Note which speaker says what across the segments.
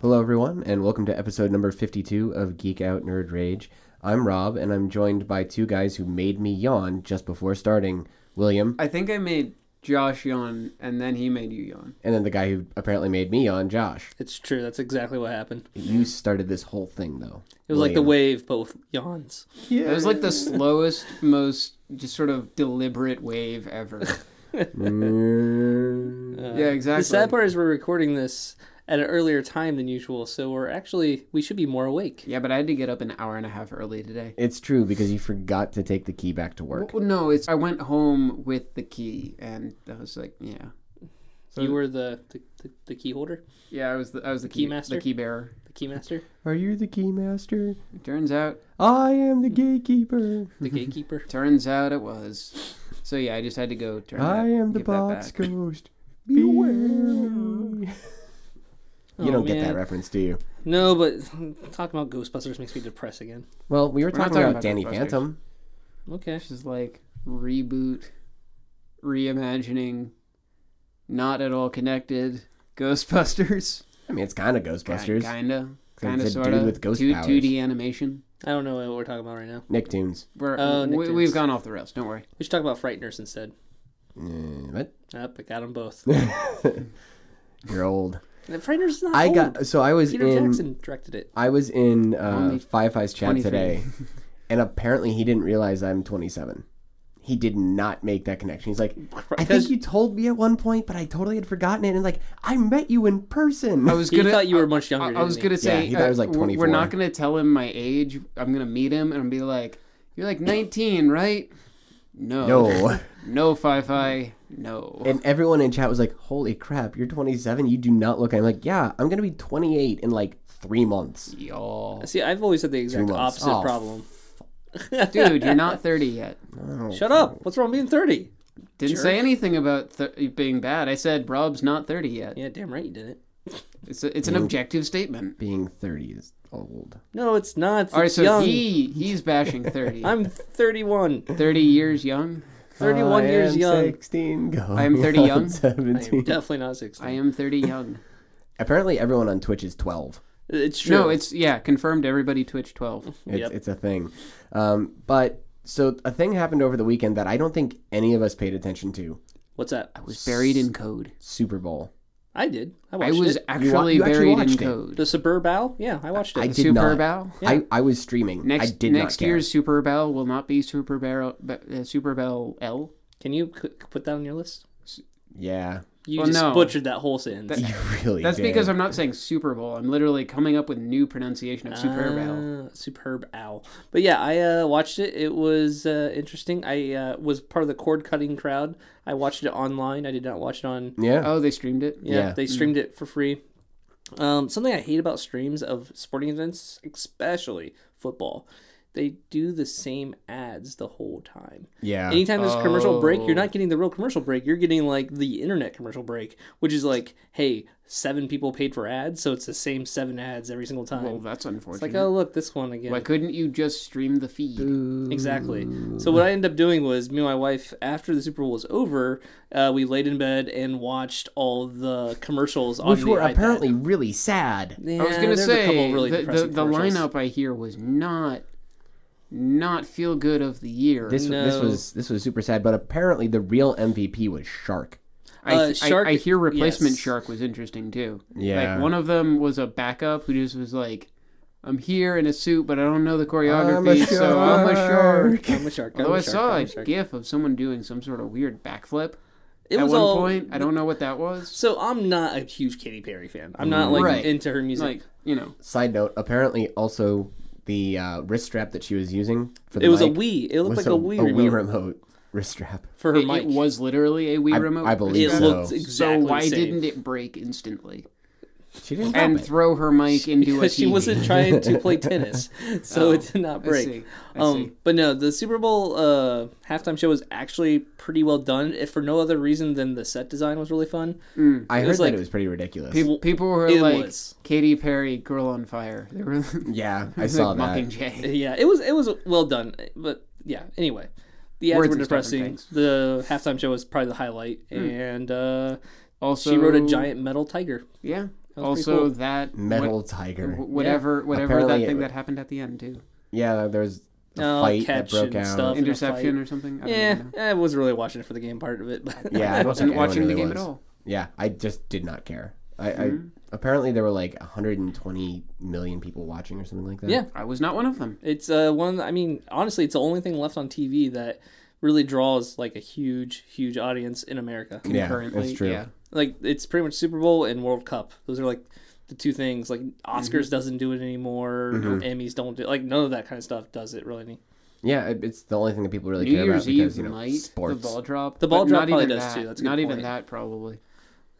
Speaker 1: Hello, everyone, and welcome to episode number 52 of Geek Out Nerd Rage. I'm Rob, and I'm joined by two guys who made me yawn just before starting William,
Speaker 2: I think I made Josh yawn, and then he made you yawn.
Speaker 1: and then the guy who apparently made me yawn, Josh.
Speaker 3: It's true. That's exactly what happened. It
Speaker 1: You started this whole thing, though.
Speaker 3: was like the wave, but with yawns.
Speaker 1: Yeah.
Speaker 2: It was like the slowest, most just sort of deliberate wave ever.
Speaker 1: Mm.
Speaker 2: yeah, exactly.
Speaker 3: The sad part is we're recording this at an earlier time than usual, so we're actually we should be more awake.
Speaker 2: Yeah, but I had to get up an hour and a half early today.
Speaker 1: It's true because you forgot to take the key back to work.
Speaker 2: Well, no, it's I went home with the key, and I was like, yeah, So-
Speaker 3: you were the the, the, the key holder,
Speaker 2: yeah. I was the I was the,
Speaker 3: key master?
Speaker 2: the key bearer.
Speaker 3: the key master,
Speaker 1: Are you the key master?
Speaker 2: Turns out,
Speaker 1: I am the gatekeeper.
Speaker 3: the gatekeeper.
Speaker 2: turns out it was. So yeah, I just had to go turn.
Speaker 1: I
Speaker 2: that-
Speaker 1: am the
Speaker 2: give that
Speaker 1: box
Speaker 2: back.
Speaker 1: ghost. Beware me. You
Speaker 3: Oh,
Speaker 1: don't get that
Speaker 3: man.
Speaker 1: reference, do you?
Speaker 3: No, but talking about Ghostbusters makes me depressed again.
Speaker 1: Well, we were
Speaker 2: We're not
Speaker 1: talking,
Speaker 2: talking
Speaker 1: about,
Speaker 2: about
Speaker 1: Danny
Speaker 2: Ghostbusters.
Speaker 1: Phantom.
Speaker 3: Okay,
Speaker 2: Which is like reboot, reimagining, not at all connected Ghostbusters.
Speaker 1: I mean, it's kind of Ghostbusters.
Speaker 2: Kinda.
Speaker 1: So
Speaker 2: Kinda,
Speaker 1: it's a dude
Speaker 2: sorta.
Speaker 1: with ghost powers.
Speaker 2: 2D animation.
Speaker 3: I don't know what we're talking about right now.
Speaker 1: Nicktoons.
Speaker 2: We're,
Speaker 3: Oh,
Speaker 2: we,
Speaker 3: Nicktoons.
Speaker 2: we've gone off the rails. Don't worry.
Speaker 3: We should talk about Frighteners instead.
Speaker 1: Mm, what?
Speaker 3: Yep, I got them both.
Speaker 1: You're old.
Speaker 3: And Frighteners is not
Speaker 1: I
Speaker 3: old.
Speaker 1: got so I was
Speaker 3: Peter
Speaker 1: in
Speaker 3: Jackson directed it.
Speaker 1: I was in uh,
Speaker 2: Only
Speaker 1: Fi Fi's chat
Speaker 2: 23.
Speaker 1: today, and apparently he didn't realize I'm 27. He did not make that connection. He's like, I think
Speaker 3: Because-
Speaker 1: you told me at one point, but I totally had forgotten it. And like, I met you in person.
Speaker 2: I was
Speaker 3: He
Speaker 2: gonna.
Speaker 3: thought you were
Speaker 2: I-
Speaker 3: much
Speaker 2: I,
Speaker 3: younger.
Speaker 2: I was
Speaker 3: didn't
Speaker 2: gonna
Speaker 3: he?
Speaker 2: say.
Speaker 1: Yeah, he thought I was, like,
Speaker 2: uh, we're- We're
Speaker 1: 24.
Speaker 2: not gonna tell him my age. I'm gonna meet him and be like, "You're like 19, right?" No.
Speaker 1: no.
Speaker 2: No. Fi Fi. No.
Speaker 1: and everyone in chat was like, "Holy crap, you're 27. You do not look." I'm like, "Yeah, I'm gonna be 28 in like three months."
Speaker 2: Y'all.
Speaker 3: See, I've always had the exact
Speaker 1: months.
Speaker 3: opposite
Speaker 1: Oh,
Speaker 3: problem.
Speaker 2: Dude, you're not 30 yet.
Speaker 1: Oh,
Speaker 3: Shut up! What's wrong with being thirty?
Speaker 2: Didn't say anything about th- being bad. I said Rob's not 30 yet.
Speaker 3: Yeah, damn right you didn't.
Speaker 2: It's, a, it's an objective statement.
Speaker 1: Being 30 is old.
Speaker 3: No, it's not. It's
Speaker 2: All right, so
Speaker 3: young.
Speaker 2: he he's bashing 30.
Speaker 3: I'm 31.
Speaker 2: 30 years young.
Speaker 3: 31
Speaker 1: I
Speaker 3: years
Speaker 1: am
Speaker 3: young.
Speaker 1: 16. Going
Speaker 2: am 30
Speaker 1: on
Speaker 2: young.
Speaker 1: 17.
Speaker 3: Definitely not 16.
Speaker 2: I am 30 young.
Speaker 1: Apparently, everyone on Twitch is 12.
Speaker 3: It's true.
Speaker 2: no, it's yeah, confirmed everybody Twitch 12.
Speaker 1: It's,
Speaker 3: Yep.
Speaker 1: it's a thing. Um, but so a thing happened over the weekend that I don't think any of us paid attention to.
Speaker 3: What's that?
Speaker 2: I was buried in code.
Speaker 1: Super Bowl.
Speaker 3: I did. I
Speaker 2: I
Speaker 3: watched
Speaker 2: was
Speaker 3: it.
Speaker 2: actually
Speaker 1: you actually
Speaker 2: buried in
Speaker 1: watched it.
Speaker 2: code.
Speaker 3: The Suburb Owl? Yeah, I watched it.
Speaker 1: I
Speaker 3: I,
Speaker 1: did
Speaker 2: Super
Speaker 1: not.
Speaker 2: Bowl?
Speaker 1: I, I was streaming.
Speaker 2: Next
Speaker 1: I did
Speaker 2: next
Speaker 1: not care.
Speaker 2: year's Super Bowl will not be Super Bowl uh, Super Bowl L.
Speaker 3: Can you c- put that on your list?
Speaker 1: Yeah,
Speaker 3: You
Speaker 2: Well,
Speaker 3: just
Speaker 2: no.
Speaker 3: butchered that whole sentence.
Speaker 2: That-
Speaker 1: you really.
Speaker 2: That's
Speaker 1: did.
Speaker 2: because I'm not saying Super Bowl. I'm literally coming up with new pronunciation of Super Bowl.
Speaker 3: Uh, superb owl. But yeah, I uh, watched it. It was uh, interesting. I uh, was part of the cord cutting crowd. I watched it online. I did not watch it on.
Speaker 1: Yeah.
Speaker 2: Oh, they streamed it.
Speaker 3: Yeah,
Speaker 1: Yeah. Mm.
Speaker 3: they streamed it for free. Um, something I hate about streams of sporting events, especially football, they do the same ads the whole time.
Speaker 1: yeah.
Speaker 3: Anytime there's a commercial break,
Speaker 2: Oh.
Speaker 3: you're not getting the real commercial break. You're getting like the internet commercial break, which is like, hey, seven people paid for ads, so it's the same seven ads every single time.
Speaker 2: Well, that's unfortunate.
Speaker 3: it's like, oh look, this one again.
Speaker 2: Why couldn't you just stream the feed?
Speaker 3: Exactly. So what I ended up doing was me and my wife, after the Super Bowl was over, uh, we laid in bed and watched all the commercials on
Speaker 1: Which
Speaker 3: the
Speaker 1: were
Speaker 3: iPad.
Speaker 1: apparently really sad.
Speaker 3: Yeah,
Speaker 2: I was gonna
Speaker 3: there's
Speaker 2: say
Speaker 3: a couple really
Speaker 2: the, the,
Speaker 3: depressing
Speaker 2: the
Speaker 3: commercials.
Speaker 2: lineup I hear was not not feel good of the year.
Speaker 1: This this
Speaker 3: No.
Speaker 1: was this was super sad. But apparently, the real MVP was Shark.
Speaker 2: I,
Speaker 3: uh,
Speaker 2: I-
Speaker 3: Shark-
Speaker 2: I, hear replacement
Speaker 3: yes.
Speaker 2: shark was interesting too.
Speaker 1: Yeah.
Speaker 2: like one of them was a backup who just was like, "I'm here in a suit, but I don't know the choreography, so I'm a shark."
Speaker 3: I'm a shark. I'm
Speaker 2: Although
Speaker 3: a
Speaker 2: I
Speaker 3: shark,
Speaker 2: saw
Speaker 3: I'm
Speaker 2: a
Speaker 3: a shark.
Speaker 2: gif of someone doing some sort of weird backflip
Speaker 3: It
Speaker 2: at
Speaker 3: was
Speaker 2: one
Speaker 3: all-
Speaker 2: point. I don't know what that was.
Speaker 3: So I'm not a huge Katy Perry fan. I'm not like
Speaker 2: Mm. Right.
Speaker 3: into her music.
Speaker 2: Like you know,
Speaker 1: Side note: apparently, also the uh, wrist strap that she was using for the
Speaker 3: it was a
Speaker 1: mic
Speaker 3: Wii. It looked
Speaker 1: was
Speaker 3: like a, Wii remote
Speaker 1: remote wrist strap.
Speaker 3: for her
Speaker 2: it,
Speaker 3: mic.
Speaker 2: it was literally a Wii
Speaker 1: I-
Speaker 2: remote.
Speaker 1: I believe
Speaker 3: It
Speaker 1: so.
Speaker 3: looked
Speaker 1: So
Speaker 3: exactly
Speaker 2: So why
Speaker 3: the same.
Speaker 2: didn't it break instantly?
Speaker 1: She didn't.
Speaker 2: and
Speaker 1: help it.
Speaker 2: throw her mic into a
Speaker 3: because
Speaker 2: TV.
Speaker 3: she wasn't trying to play tennis, so
Speaker 2: Oh,
Speaker 3: it did not
Speaker 2: I
Speaker 3: break.
Speaker 2: see, I see.
Speaker 3: Um, but no, the Super Bowl uh, halftime show was actually pretty well done, if for no other reason than the set design was really fun.
Speaker 1: I heard
Speaker 3: was
Speaker 1: that
Speaker 3: like-
Speaker 1: it was pretty ridiculous.
Speaker 2: Mm. People, people were
Speaker 3: It
Speaker 2: like
Speaker 3: was.
Speaker 2: Katy Perry, "Girl on Fire." They were like
Speaker 1: yeah, I saw that.
Speaker 2: Mockingjay.
Speaker 3: Yeah, it was it was well done, but yeah. Anyway, the ads
Speaker 2: Words
Speaker 3: were
Speaker 2: and stuff and
Speaker 3: depressing.
Speaker 2: things. Hmm.
Speaker 3: The halftime show was probably the highlight, and uh,
Speaker 2: Also,
Speaker 3: she rode a giant metal tiger.
Speaker 2: Yeah,
Speaker 3: That was pretty
Speaker 2: also
Speaker 3: cool.
Speaker 2: that
Speaker 1: Metal
Speaker 2: what-
Speaker 1: Tiger.
Speaker 2: wh- whatever whatever
Speaker 1: Apparently
Speaker 2: that
Speaker 1: it-
Speaker 2: thing that happened at the end too
Speaker 1: Yeah, there's a
Speaker 3: Oh,
Speaker 1: fight
Speaker 3: catch
Speaker 1: that broke
Speaker 3: and
Speaker 1: out.
Speaker 3: stuff. In a
Speaker 2: interception
Speaker 3: fight.
Speaker 2: or something. I don't
Speaker 3: yeah,
Speaker 2: know.
Speaker 3: I wasn't really watching it for the game part of it, but
Speaker 1: Yeah, I
Speaker 2: I
Speaker 1: don't
Speaker 2: wasn't
Speaker 1: think anyone
Speaker 2: watching
Speaker 1: really
Speaker 2: the game
Speaker 1: was.
Speaker 2: at all.
Speaker 1: Yeah, I just did not care. I,
Speaker 3: Mm-hmm.
Speaker 1: I apparently there were like 120 million people watching or something like that.
Speaker 3: Yeah.
Speaker 2: I was not one of them.
Speaker 3: It's uh one. I mean, honestly, it's the only thing left on TV that really draws like a huge, huge audience in America.
Speaker 1: yeah,
Speaker 2: Currently,
Speaker 1: that's true.
Speaker 2: yeah.
Speaker 3: Like it's pretty much Super Bowl and World Cup. Those are like the two things. Like
Speaker 2: Mm-hmm.
Speaker 3: Oscars doesn't do it anymore. Emmys don't do like none of that kind of stuff does it really. any-
Speaker 1: Yeah, it, it's the only thing that people really
Speaker 2: New
Speaker 1: care
Speaker 2: Year's
Speaker 1: about because
Speaker 2: Eve
Speaker 1: you know
Speaker 2: night,
Speaker 1: sports.
Speaker 2: the ball drop.
Speaker 3: The ball
Speaker 2: but
Speaker 3: drop
Speaker 2: not
Speaker 3: probably
Speaker 2: even
Speaker 3: does,
Speaker 2: that.
Speaker 3: too. That's a good
Speaker 2: not even
Speaker 3: point.
Speaker 2: that probably.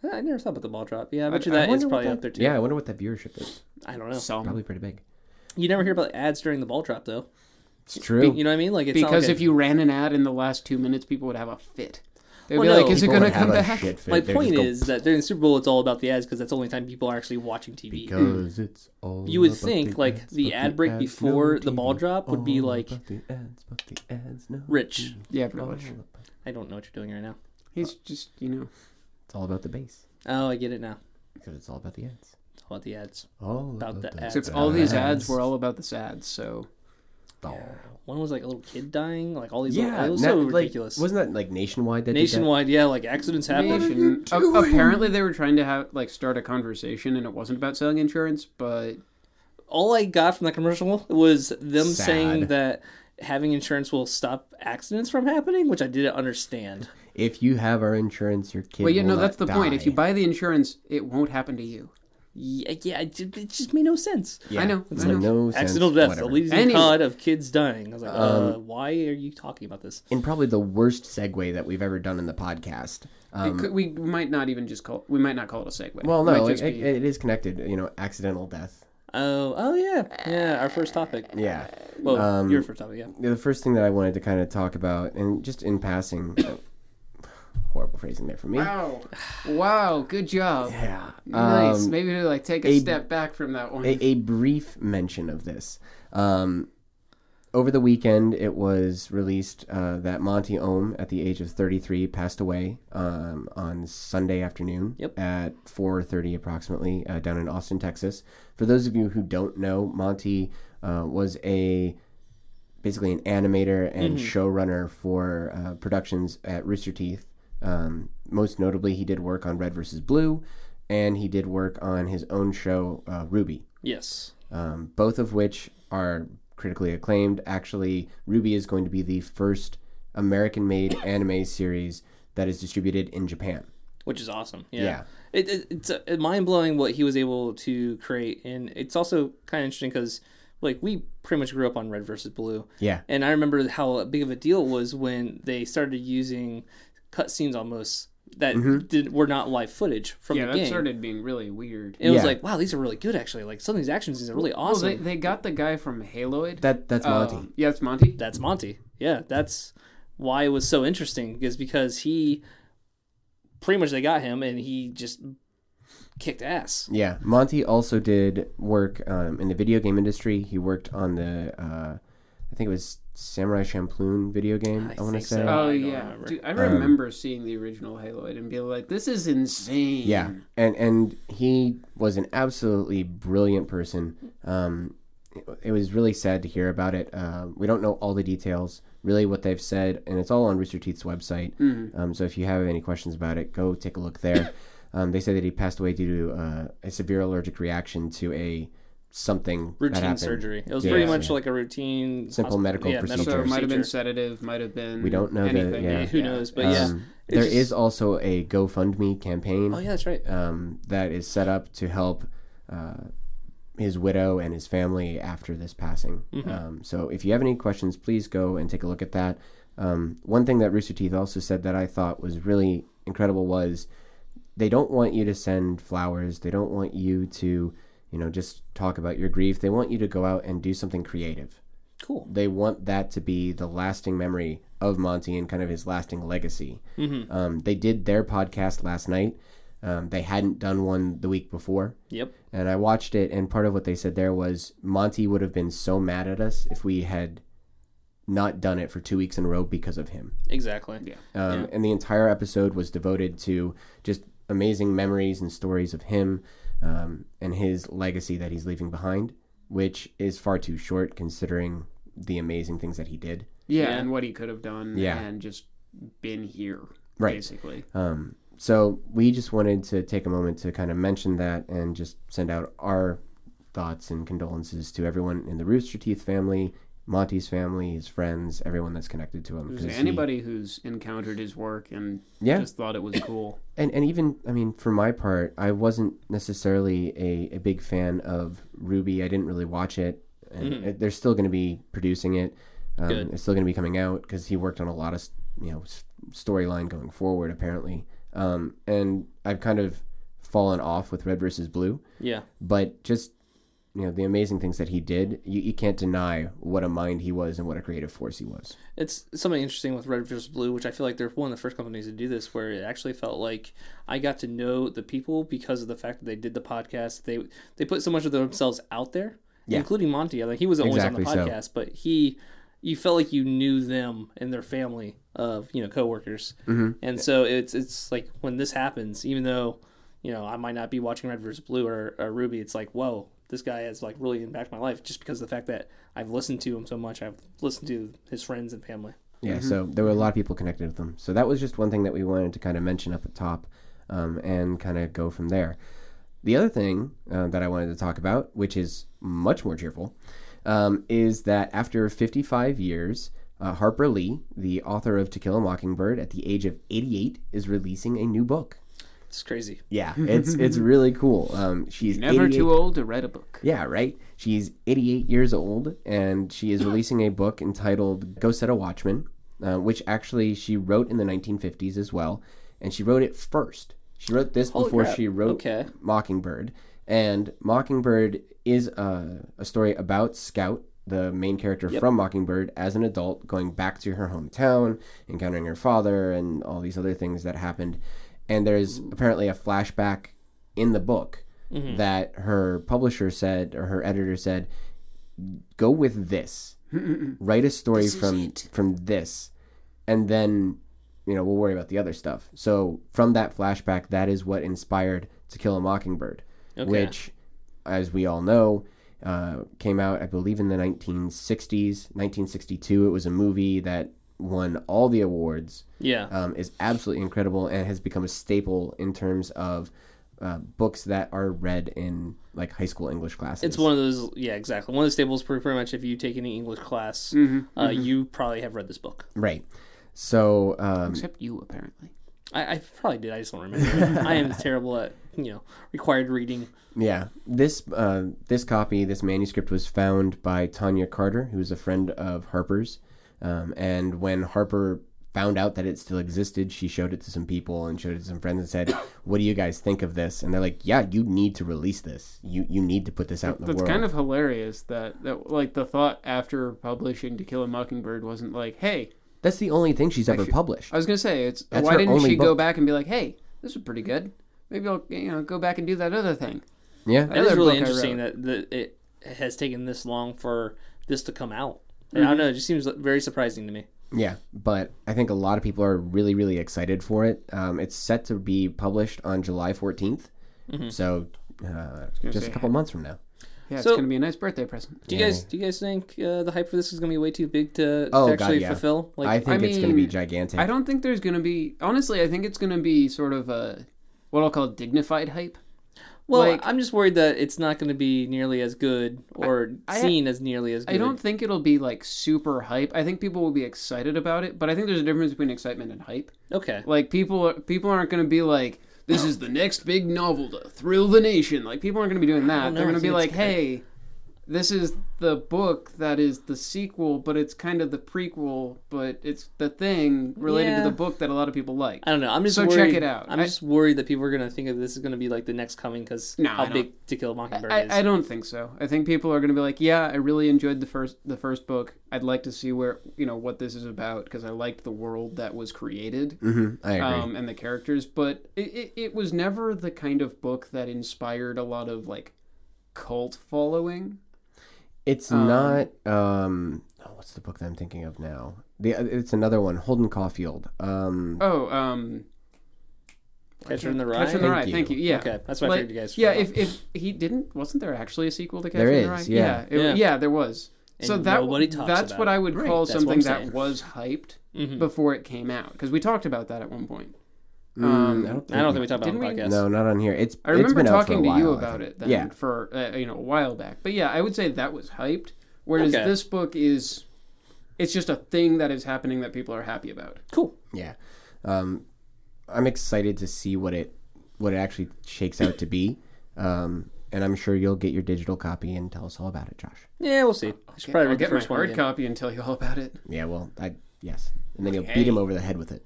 Speaker 3: Eh, I never thought about the ball drop. Yeah, I bet
Speaker 2: I-
Speaker 3: you
Speaker 2: I
Speaker 3: that is
Speaker 2: wonder what
Speaker 3: probably
Speaker 2: that-
Speaker 3: up there too.
Speaker 1: Yeah, I wonder what that viewership is.
Speaker 3: I don't know.
Speaker 2: Some
Speaker 1: Probably pretty big.
Speaker 3: You never hear about ads during the ball drop though.
Speaker 1: It's true.
Speaker 3: You know what I mean? Like it's not
Speaker 2: because
Speaker 3: like a-
Speaker 2: if you ran an ad in the last two minutes, people would have a fit. They'd
Speaker 3: Well,
Speaker 2: be
Speaker 3: no.
Speaker 2: like, "Is it
Speaker 1: People
Speaker 2: going to
Speaker 1: would have
Speaker 2: come
Speaker 1: a
Speaker 2: back?"
Speaker 1: shit fit.
Speaker 3: my
Speaker 1: They'd just
Speaker 3: point
Speaker 1: go,
Speaker 3: is that during the Super Bowl, it's all about the ads because that's the only time people are actually watching TV.
Speaker 1: because it's all
Speaker 3: You would
Speaker 1: about
Speaker 3: think,
Speaker 1: the
Speaker 3: like,
Speaker 1: ads,
Speaker 3: the
Speaker 1: but
Speaker 3: ad break
Speaker 1: ads,
Speaker 3: before
Speaker 1: no
Speaker 3: the ball
Speaker 1: TV,
Speaker 3: drop would be,
Speaker 1: all
Speaker 3: like,
Speaker 1: about the ads, but the ads, no
Speaker 3: Rich,
Speaker 1: TV,
Speaker 2: Yeah, pretty
Speaker 1: all
Speaker 2: much.
Speaker 1: about-
Speaker 3: I don't know what you're doing right now.
Speaker 2: He's just you know.
Speaker 1: It's all about the base
Speaker 3: Oh, I get it now.
Speaker 1: because it's all about the ads.
Speaker 3: It's all about the ads.
Speaker 1: All
Speaker 3: About the
Speaker 2: Except
Speaker 3: ads. It's
Speaker 2: all these ads
Speaker 1: ads.
Speaker 2: were all about the sads. So
Speaker 1: Oh.
Speaker 3: One was like a little kid dying. Like all these. Yeah,
Speaker 1: Yeah,
Speaker 3: little, it was
Speaker 1: na-
Speaker 3: so
Speaker 1: like,
Speaker 3: ridiculous.
Speaker 1: wasn't that like nationwide? That did that?
Speaker 3: Nationwide, yeah, like accidents happen.
Speaker 2: Nation- a- apparently they were trying to have like start a conversation, and it wasn't about selling insurance, but
Speaker 3: All I got from that commercial was them
Speaker 1: Sad.
Speaker 3: saying that having insurance will stop accidents from happening, which I didn't understand.
Speaker 1: If you have our insurance, your kid.
Speaker 2: well, you
Speaker 1: will
Speaker 2: know
Speaker 1: not
Speaker 2: that's the point. If you
Speaker 1: die.
Speaker 2: buy the insurance, it won't happen to you.
Speaker 3: Yeah, yeah, it ju- it just made no sense.
Speaker 1: Yeah,
Speaker 2: I know,
Speaker 1: it's
Speaker 2: I
Speaker 1: like
Speaker 2: know.
Speaker 1: no sense,
Speaker 3: Accidental death, the
Speaker 1: whatever. Um,
Speaker 3: leading
Speaker 2: Any-
Speaker 3: cause of kids dying. I was like, uh, why are you talking about this?
Speaker 1: And probably the worst segue that we've ever done in the podcast.
Speaker 2: It
Speaker 1: Um,
Speaker 2: could, we might not even just call. We might not call it a segue.
Speaker 1: well, no,
Speaker 2: might
Speaker 1: it,
Speaker 2: just
Speaker 1: it,
Speaker 2: be-
Speaker 1: it is connected. You know, accidental death.
Speaker 3: Oh, oh yeah, yeah. Our first topic.
Speaker 1: Yeah.
Speaker 2: Uh,
Speaker 3: Well,
Speaker 1: Um,
Speaker 3: your first topic. Yeah.
Speaker 1: The first thing that I wanted to kind of talk about, and just in passing, horrible phrasing there for me.
Speaker 2: Wow! Wow! Good job.
Speaker 1: Yeah.
Speaker 2: Nice.
Speaker 1: Um,
Speaker 2: Maybe to like take a,
Speaker 1: a-
Speaker 2: step back from that one.
Speaker 1: a, a brief mention of this. Um, over the weekend, it was released uh, that Monty Ohm, at the age of 33, passed away um, on Sunday afternoon
Speaker 3: Yep.
Speaker 1: at 4:30 approximately uh, down in Austin, Texas. For those of you who don't know, Monty uh, was a basically an animator and showrunner for uh, productions at Rooster Teeth. Um, most notably, he did work on Red versus Blue, and he did work on his own show uh, Ruby,
Speaker 3: Yes.
Speaker 1: um, both of which are critically acclaimed. Actually, Ruby is going to be the first American-made anime series that is distributed in Japan.
Speaker 3: which is awesome. Yeah,
Speaker 1: Yeah.
Speaker 3: It, it, it's uh, mind blowing what he was able to create, and it's also kind of interesting because like we pretty much grew up on Red versus Blue,
Speaker 1: Yeah,
Speaker 3: and I remember how big of a deal it was when they started using cutscenes almost that
Speaker 1: Mm-hmm.
Speaker 3: did, were not live footage from
Speaker 2: yeah,
Speaker 3: the
Speaker 2: that
Speaker 3: game.
Speaker 2: started being really weird.
Speaker 3: And it was
Speaker 1: Yeah.
Speaker 3: like, wow, these are really good actually. Like some of these action scenes are really
Speaker 2: Well,
Speaker 3: awesome.
Speaker 2: they, they got the guy from Haloid.
Speaker 1: that
Speaker 3: Oh.
Speaker 1: that's
Speaker 2: Uh,
Speaker 1: Monty.
Speaker 2: yeah, it's Monty.
Speaker 3: that's Monty. Yeah, that's why it was so interesting is because he pretty much they got him and he just kicked ass.
Speaker 1: Yeah, Monty also did work um, in the video game industry. He worked on the, uh, I think it was Samurai Champloo video game. I, want to
Speaker 3: think
Speaker 1: say.
Speaker 3: so.
Speaker 2: Oh
Speaker 3: I don't
Speaker 2: yeah,
Speaker 3: remember.
Speaker 2: Dude, I
Speaker 1: Um,
Speaker 2: remember seeing the original Haloid and being like, "This is insane."
Speaker 1: Yeah, and and he was an absolutely brilliant person. Um, it, it was really sad to hear about it. Uh, we don't know all the details, really, what they've said, and it's all on Rooster Teeth's website.
Speaker 3: Mm-hmm.
Speaker 1: Um, so if you have any questions about it, go take a look there. um, they said that he passed away due to uh, a severe allergic reaction to a something that
Speaker 3: routine
Speaker 1: happened.
Speaker 3: surgery. It was
Speaker 1: Yeah.
Speaker 3: pretty
Speaker 1: Yeah.
Speaker 3: much like a routine,
Speaker 1: Simple
Speaker 3: hospi-
Speaker 1: medical
Speaker 2: So
Speaker 1: Procedure.
Speaker 2: it might have been
Speaker 3: procedure.
Speaker 2: sedative, might have been
Speaker 1: We don't know that,
Speaker 2: anything.
Speaker 1: yeah.
Speaker 3: Yeah, who knows? But yeah,
Speaker 1: Um,
Speaker 3: it's
Speaker 1: there is
Speaker 3: just-
Speaker 1: also a GoFundMe campaign
Speaker 3: Oh yeah, that's right.
Speaker 1: um, that is set up to help uh, his widow and his family after this passing. Um, so if you have any questions, please go and take a look at that. Um, one thing that Rooster Teeth also said that I thought was really incredible was they don't want you to send flowers. They don't want you to, you know, just talk about your grief. They want you to go out and do something creative
Speaker 3: Cool.
Speaker 1: they want that to be the lasting memory of Monty and kind of his lasting legacy. Um, they did their podcast last night. Um, they hadn't done one the week before,
Speaker 3: Yep.
Speaker 1: and I watched it. And part of what they said there was Monty would have been so mad at us if we had not done it for two weeks in a row because of him.
Speaker 3: Exactly.
Speaker 2: Yeah.
Speaker 1: Um, And the entire episode was devoted to just amazing memories and stories of him um, and his legacy that he's leaving behind, which is far too short considering the amazing things that he did.
Speaker 2: Yeah,
Speaker 3: Yeah.
Speaker 2: and what he could have done.
Speaker 1: Yeah.
Speaker 2: and just been here.
Speaker 1: Right.
Speaker 2: Basically.
Speaker 1: Um, so we just wanted to take a moment to kind of mention that and just send out our thoughts and condolences to everyone in the Rooster Teeth family, Monty's family, his friends, everyone that's connected to him. 'cause he-
Speaker 2: Anybody who's encountered his work and
Speaker 1: yeah,
Speaker 2: just thought it was cool.
Speaker 1: and and even I mean, for my part, I wasn't necessarily a, a big fan of Ruby. I didn't really watch it, and it- they're still going to be producing it. Um,
Speaker 3: Good.
Speaker 1: It's still going to be coming out because he worked on a lot of s- you know s- storyline going forward, apparently. Um, and I've kind of fallen off with Red versus Blue,
Speaker 3: Yeah.
Speaker 1: but just you know the amazing things that he did, you, you can't deny what a mind he was and what a creative force he was.
Speaker 3: It's something interesting with Red vs. Blue, which I feel like they're one of the first companies to do this, where it actually felt like I got to know the people because of the fact that they did the podcast. They they put so much of themselves out there,
Speaker 1: Yeah.
Speaker 3: including Monty. I think he was always
Speaker 1: Exactly
Speaker 3: on the
Speaker 1: so.
Speaker 3: podcast, but he you felt like you knew them and their family of you know coworkers, mm-hmm. and so it's it's like when this happens, even though you know I might not be watching Red vs. Blue or, or Ruby, it's like whoa. This guy has like really impacted my life just because of the fact that I've listened to him so much. I've listened to his friends and family.
Speaker 1: Yeah,
Speaker 2: Mm-hmm.
Speaker 1: so there were a lot of people connected with them. So that was just one thing that we wanted to kind of mention up at top um, and kind of go from there. The other thing uh, that I wanted to talk about, which is much more cheerful, um, is that after 55 years, uh, Harper Lee, the author of To Kill a Mockingbird, at the age of 88, is releasing a new book.
Speaker 3: It's crazy.
Speaker 1: Yeah, it's it's really cool. Um, she's
Speaker 2: Never
Speaker 1: 88
Speaker 2: too old to read a book.
Speaker 1: yeah, right? She's 88 years old, and she is releasing a book entitled Go Set a Watchman, uh, which actually she wrote in the 1950s as well. And she wrote it first. She wrote this
Speaker 3: Holy
Speaker 1: before
Speaker 3: crap.
Speaker 1: she wrote
Speaker 3: Okay.
Speaker 1: Mockingbird. And Mockingbird is a, a story about Scout, the main character from Mockingbird, as an adult, going back to her hometown, encountering her father, and all these other things that happened. And there's apparently a flashback in the book that her publisher said, or her editor said, go with this. Write a story from from this, and then you know we'll worry about the other stuff. So from that flashback, that is what inspired To Kill a Mockingbird,
Speaker 3: Okay.
Speaker 1: which, as we all know, uh, came out I believe in the 1960s, 1962. It was a movie that won all the awards
Speaker 3: Yeah.
Speaker 1: um, is absolutely incredible and has become a staple in terms of uh, books that are read in like high school English classes.
Speaker 3: it's one of those, yeah, exactly. One of the staples, pretty, pretty much, if you take any English class, uh, you probably have read this book.
Speaker 1: right. So um,
Speaker 2: Except you, apparently.
Speaker 3: I, I probably did. I just don't remember. I am terrible at, you know, required reading.
Speaker 1: yeah, this uh, this copy, this manuscript was found by Tanya Carter, who is a friend of Harper's. Um, and when Harper found out that it still existed, she showed it to some people and showed it to some friends and said, "What do you guys think of this?" And they're like, "Yeah, you need to release this. You you need to put this out in the
Speaker 2: That's
Speaker 1: world."
Speaker 2: kind of hilarious that, that like the thought after publishing To Kill a Mockingbird wasn't like, hey,
Speaker 1: That's the only thing she's ever published.
Speaker 2: I was gonna say it's
Speaker 1: That's
Speaker 2: why
Speaker 1: her
Speaker 2: didn't
Speaker 1: only
Speaker 2: she go
Speaker 1: book.
Speaker 2: back and be like, hey, this is pretty good. Maybe I'll you know go back and do that other thing.
Speaker 1: Yeah.
Speaker 3: That is
Speaker 2: Another
Speaker 3: really
Speaker 2: book I
Speaker 3: interesting that, that it has taken this long for this to come out. And
Speaker 2: Mm-hmm.
Speaker 3: I don't know. It just seems very surprising to me.
Speaker 1: Yeah, but I think a lot of people are really, really excited for it. Um, it's set to be published on July 14th.
Speaker 2: Mm-hmm.
Speaker 1: So uh, just a
Speaker 2: say-
Speaker 1: couple months from now.
Speaker 2: Yeah,
Speaker 3: So-
Speaker 2: it's gonna be a nice birthday present.
Speaker 3: Do you guys do you guys think uh, the hype for this is going to be way too big to, to
Speaker 1: Oh, God,
Speaker 3: actually
Speaker 1: yeah.
Speaker 3: fulfill? Like,
Speaker 1: I think
Speaker 2: I
Speaker 1: it's going to be
Speaker 2: mean,
Speaker 1: gigantic.
Speaker 2: I don't think there's gonna be honestly. I think it's gonna be sort of a what I'll call dignified hype.
Speaker 3: well,
Speaker 2: like-
Speaker 3: I'm just worried that it's not going to be nearly as good or
Speaker 2: I-
Speaker 3: seen as nearly as good.
Speaker 2: I don't think it'll be like super hype. I think people will be excited about it, but I think there's a difference between excitement and hype.
Speaker 3: Okay.
Speaker 2: Like people people aren't going to be like this is the next big novel to thrill the nation. Like people aren't going to be doing that.
Speaker 3: know.
Speaker 2: They're
Speaker 3: I
Speaker 2: going to be
Speaker 3: think it's
Speaker 2: like, "Hey, this is the book that is the sequel, but it's kind of the prequel, but it's the thing related
Speaker 3: Yeah.
Speaker 2: to the book that a lot of people like."
Speaker 3: I don't know. I'm just
Speaker 2: So
Speaker 3: worried.
Speaker 2: check it out.
Speaker 3: I'm
Speaker 2: I-
Speaker 3: just worried that people are gonna think of this is gonna be like the next coming because
Speaker 2: No, I
Speaker 3: how
Speaker 2: don't.
Speaker 3: big To Kill a Mockingbird is.
Speaker 2: I, I don't think so. I think people are going to be like, "Yeah, I really enjoyed the first the first book. I'd like to see where you know what this is about because I liked the world that was created
Speaker 1: Mhm, I agree.
Speaker 2: um, and the characters." But it, it it was never the kind of book that inspired a lot of like cult following.
Speaker 1: it's not. Um, oh, what's the book that I'm thinking of uh, now? The It's another one, Holden Caulfield. Um,
Speaker 2: Oh, um,
Speaker 3: Catcher in the Rye.
Speaker 2: Oh, Catcher in the
Speaker 1: Thank
Speaker 2: Rye.
Speaker 1: you.
Speaker 2: Thank you. Yeah.
Speaker 3: Okay, that's what I
Speaker 2: Like,
Speaker 3: figured you guys.
Speaker 2: yeah, if,
Speaker 3: forgot.
Speaker 2: if he didn't, wasn't there actually a sequel to Catcher
Speaker 1: There
Speaker 2: in the Rye?
Speaker 1: is, yeah.
Speaker 2: Yeah, it-
Speaker 3: Yeah.
Speaker 2: yeah, there was.
Speaker 3: And
Speaker 2: so that
Speaker 3: nobody talks
Speaker 2: that's
Speaker 3: about
Speaker 2: what
Speaker 3: it.
Speaker 2: I would
Speaker 1: Right,
Speaker 2: call
Speaker 3: that's what
Speaker 2: something
Speaker 3: I'm
Speaker 2: that
Speaker 3: saying.
Speaker 2: was hyped
Speaker 3: Mhm.
Speaker 2: before it came out because we talked about that at one point.
Speaker 1: Mm,
Speaker 2: Um,
Speaker 1: I don't think,
Speaker 3: I don't think we talked about it
Speaker 2: Didn't
Speaker 3: on the
Speaker 2: we-
Speaker 3: podcast.
Speaker 1: No, not on here. It's
Speaker 2: I remember
Speaker 1: it's been out for
Speaker 2: talking
Speaker 1: a
Speaker 2: to you
Speaker 1: while, I
Speaker 2: about
Speaker 1: think.
Speaker 2: it then
Speaker 1: Yeah.
Speaker 2: for uh, you know a while back. But yeah, I would say that was hyped. Whereas
Speaker 3: Okay.
Speaker 2: this book is, it's just a thing that is happening that people are happy about.
Speaker 3: Cool.
Speaker 1: Yeah. Um, I'm excited to see what it what it actually shakes out to be. Um, and I'm sure you'll get your digital copy and tell us all about it, Josh.
Speaker 3: Yeah, we'll see. I should probably
Speaker 2: I'll
Speaker 3: read the
Speaker 2: get my
Speaker 3: first one.
Speaker 2: hard
Speaker 3: again.
Speaker 2: copy and tell you all about it.
Speaker 1: Yeah, well, I yes. And then you'll beat him over the head with it.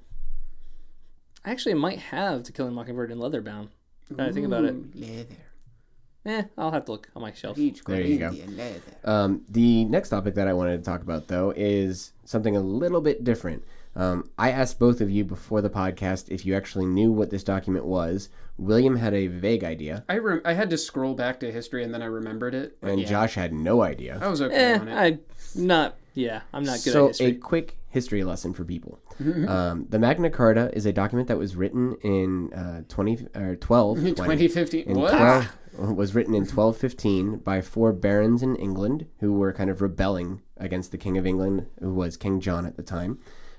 Speaker 3: I actually might have To Kill a Mockingbird in leatherbound. Now that I think about it.
Speaker 2: Ooh, leather.
Speaker 3: Eh, I'll have to look on my shelf.
Speaker 2: Peach
Speaker 1: There you go.
Speaker 2: Grenadier leather.
Speaker 1: Um, the next topic that I wanted to talk about, though, is something a little bit different. Um, I asked both of you before the podcast if you actually knew what this document was. William had a vague idea,
Speaker 2: I rem- I had to scroll back to history and then I remembered it. but
Speaker 1: and
Speaker 2: yeah, Oh,
Speaker 1: Josh had no idea.
Speaker 2: I was okay
Speaker 3: Eh,
Speaker 2: on it.
Speaker 3: I not. Yeah, I'm not good
Speaker 1: so
Speaker 3: at history.
Speaker 1: a quick history lesson for people um, the magna carta is a document that was written in uh, 20 or 12 20,
Speaker 2: 2015.
Speaker 1: in
Speaker 2: What?
Speaker 1: 12 was written in 1215 by four barons in england who were kind of rebelling against the king of england who was king john at the time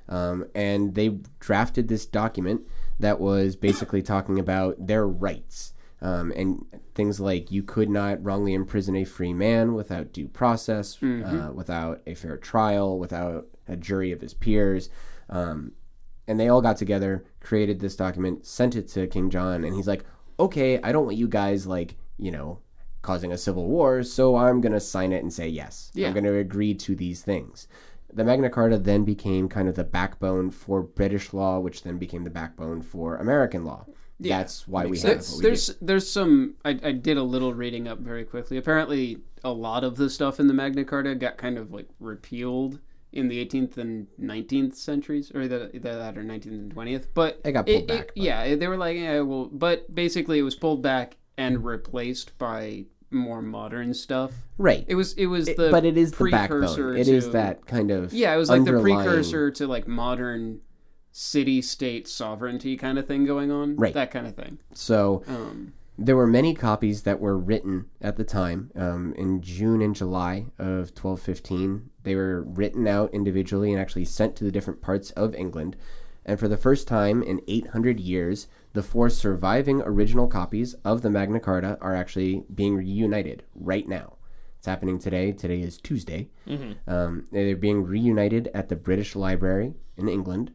Speaker 1: um, and they drafted this document that was basically talking about their rights um, and things like you could not wrongly imprison a free man without due process, uh, without a fair trial, without a jury of his peers. Um, and they all got together, created this document, sent it to King John, and he's like, okay, I don't want you guys, like, you know, causing a civil war, so I'm going to sign it and say yes.
Speaker 2: Yeah.
Speaker 1: I'm going to agree to these things. The Magna Carta then became kind of the backbone for British law, which then became the backbone for American law. That's why we have
Speaker 2: There's
Speaker 1: what we do.
Speaker 2: there's, there's some I, I did a little reading up very quickly. Apparently, a lot of the stuff in the Magna Carta got kind of like repealed in the 18th and 19th centuries, or the, the that or 19th and 20th. But
Speaker 1: It got pulled back, but-
Speaker 2: yeah, it- they were like, yeah, well, but basically, it was pulled back and replaced by more modern stuff.
Speaker 1: Right.
Speaker 2: It was it was the
Speaker 1: but it is the
Speaker 2: precursor
Speaker 1: backbone. It is
Speaker 2: to,
Speaker 1: that kind of
Speaker 2: yeah. It was like the
Speaker 1: underlying-
Speaker 2: precursor to like modern city state sovereignty kind of thing going on.
Speaker 1: Right.
Speaker 2: That kind of thing.
Speaker 1: So
Speaker 2: Um,
Speaker 1: there were many copies that were written at the time um, in June and July of 1215. They were written out individually and actually sent to the different parts of England. And for the first time in 800 years, the four surviving original copies of the Magna Carta are actually being reunited right now. It's happening today. Today is Tuesday. Um, they're being reunited at the British Library in England,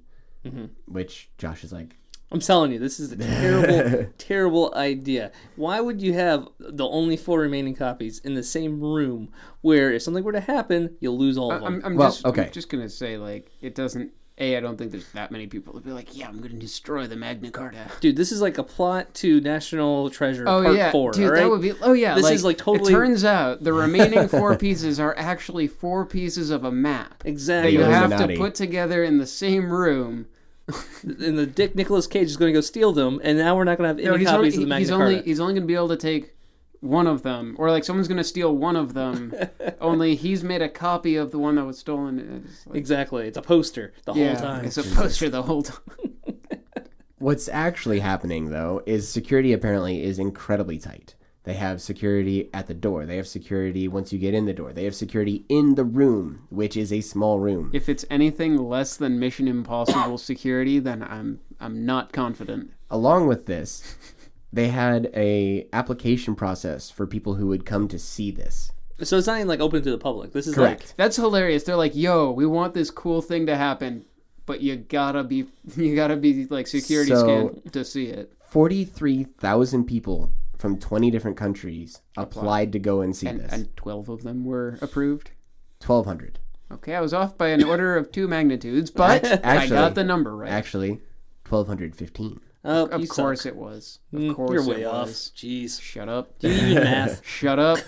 Speaker 1: which Josh is like,
Speaker 3: I'm telling you, this is a terrible, terrible idea. Why would you have the only four remaining copies in the same room where if something were to happen, you'll lose all of them?
Speaker 2: Uh, I'm, I'm
Speaker 1: Well,
Speaker 2: just
Speaker 1: okay.
Speaker 2: I'm just gonna say like it doesn't. A, I don't think there's that many people that be like, yeah, I'm gonna destroy the Magna Carta.
Speaker 3: Dude, this is like a plot to National Treasure
Speaker 2: Oh
Speaker 3: Part
Speaker 2: yeah,
Speaker 3: 4,
Speaker 2: dude,
Speaker 3: all right?
Speaker 2: that would be. Oh yeah,
Speaker 3: This is, like, totally-
Speaker 2: It turns out the remaining four pieces are actually four pieces of a map that
Speaker 3: Exactly.
Speaker 2: you have to
Speaker 1: Illuminati.
Speaker 2: put together in the same room.
Speaker 3: And the Dick Nicholas Cage is going to go steal them, and now we're not going to have
Speaker 2: No,
Speaker 3: any
Speaker 2: he's only,
Speaker 3: copies of the Magna
Speaker 2: he's
Speaker 3: Carta.
Speaker 2: only he's only gonna be able to take one of them, or like someone's gonna steal one of them. only he's made a copy of the one that was stolen. It's like,
Speaker 3: Exactly. It's a poster the
Speaker 2: yeah,
Speaker 3: whole time.
Speaker 2: it's a poster the whole time.
Speaker 1: What's actually happening though is security apparently is incredibly tight. They have security at the door. They have security once you get in the door. They have security in the room, which is a small room.
Speaker 2: If it's anything less than Mission Impossible security, then I'm I'm not confident.
Speaker 1: Along with this, they had a application process for people who would come to see this.
Speaker 3: So it's not even like open to the public. This is like
Speaker 1: Correct.
Speaker 2: That's hilarious. They're like, "Yo, we want this cool thing to happen, but you gotta be you gotta be like security
Speaker 1: So-
Speaker 2: scanned to see it."
Speaker 1: 43,000 people from 20 different countries applied to go and see
Speaker 2: And,
Speaker 1: this.
Speaker 2: and twelve of them were approved.
Speaker 1: 1200
Speaker 2: Okay, I was off by an order of two magnitudes, but I
Speaker 1: actually-
Speaker 2: got the number right.
Speaker 1: actually 1215.
Speaker 3: Oh,
Speaker 2: of
Speaker 3: you
Speaker 2: course
Speaker 3: suck.
Speaker 2: it was. Of
Speaker 3: Mm,
Speaker 2: course
Speaker 3: you're
Speaker 2: it
Speaker 3: way off.
Speaker 2: was.
Speaker 3: Jeez.
Speaker 2: Shut up.
Speaker 3: Do you even math?
Speaker 2: Shut up.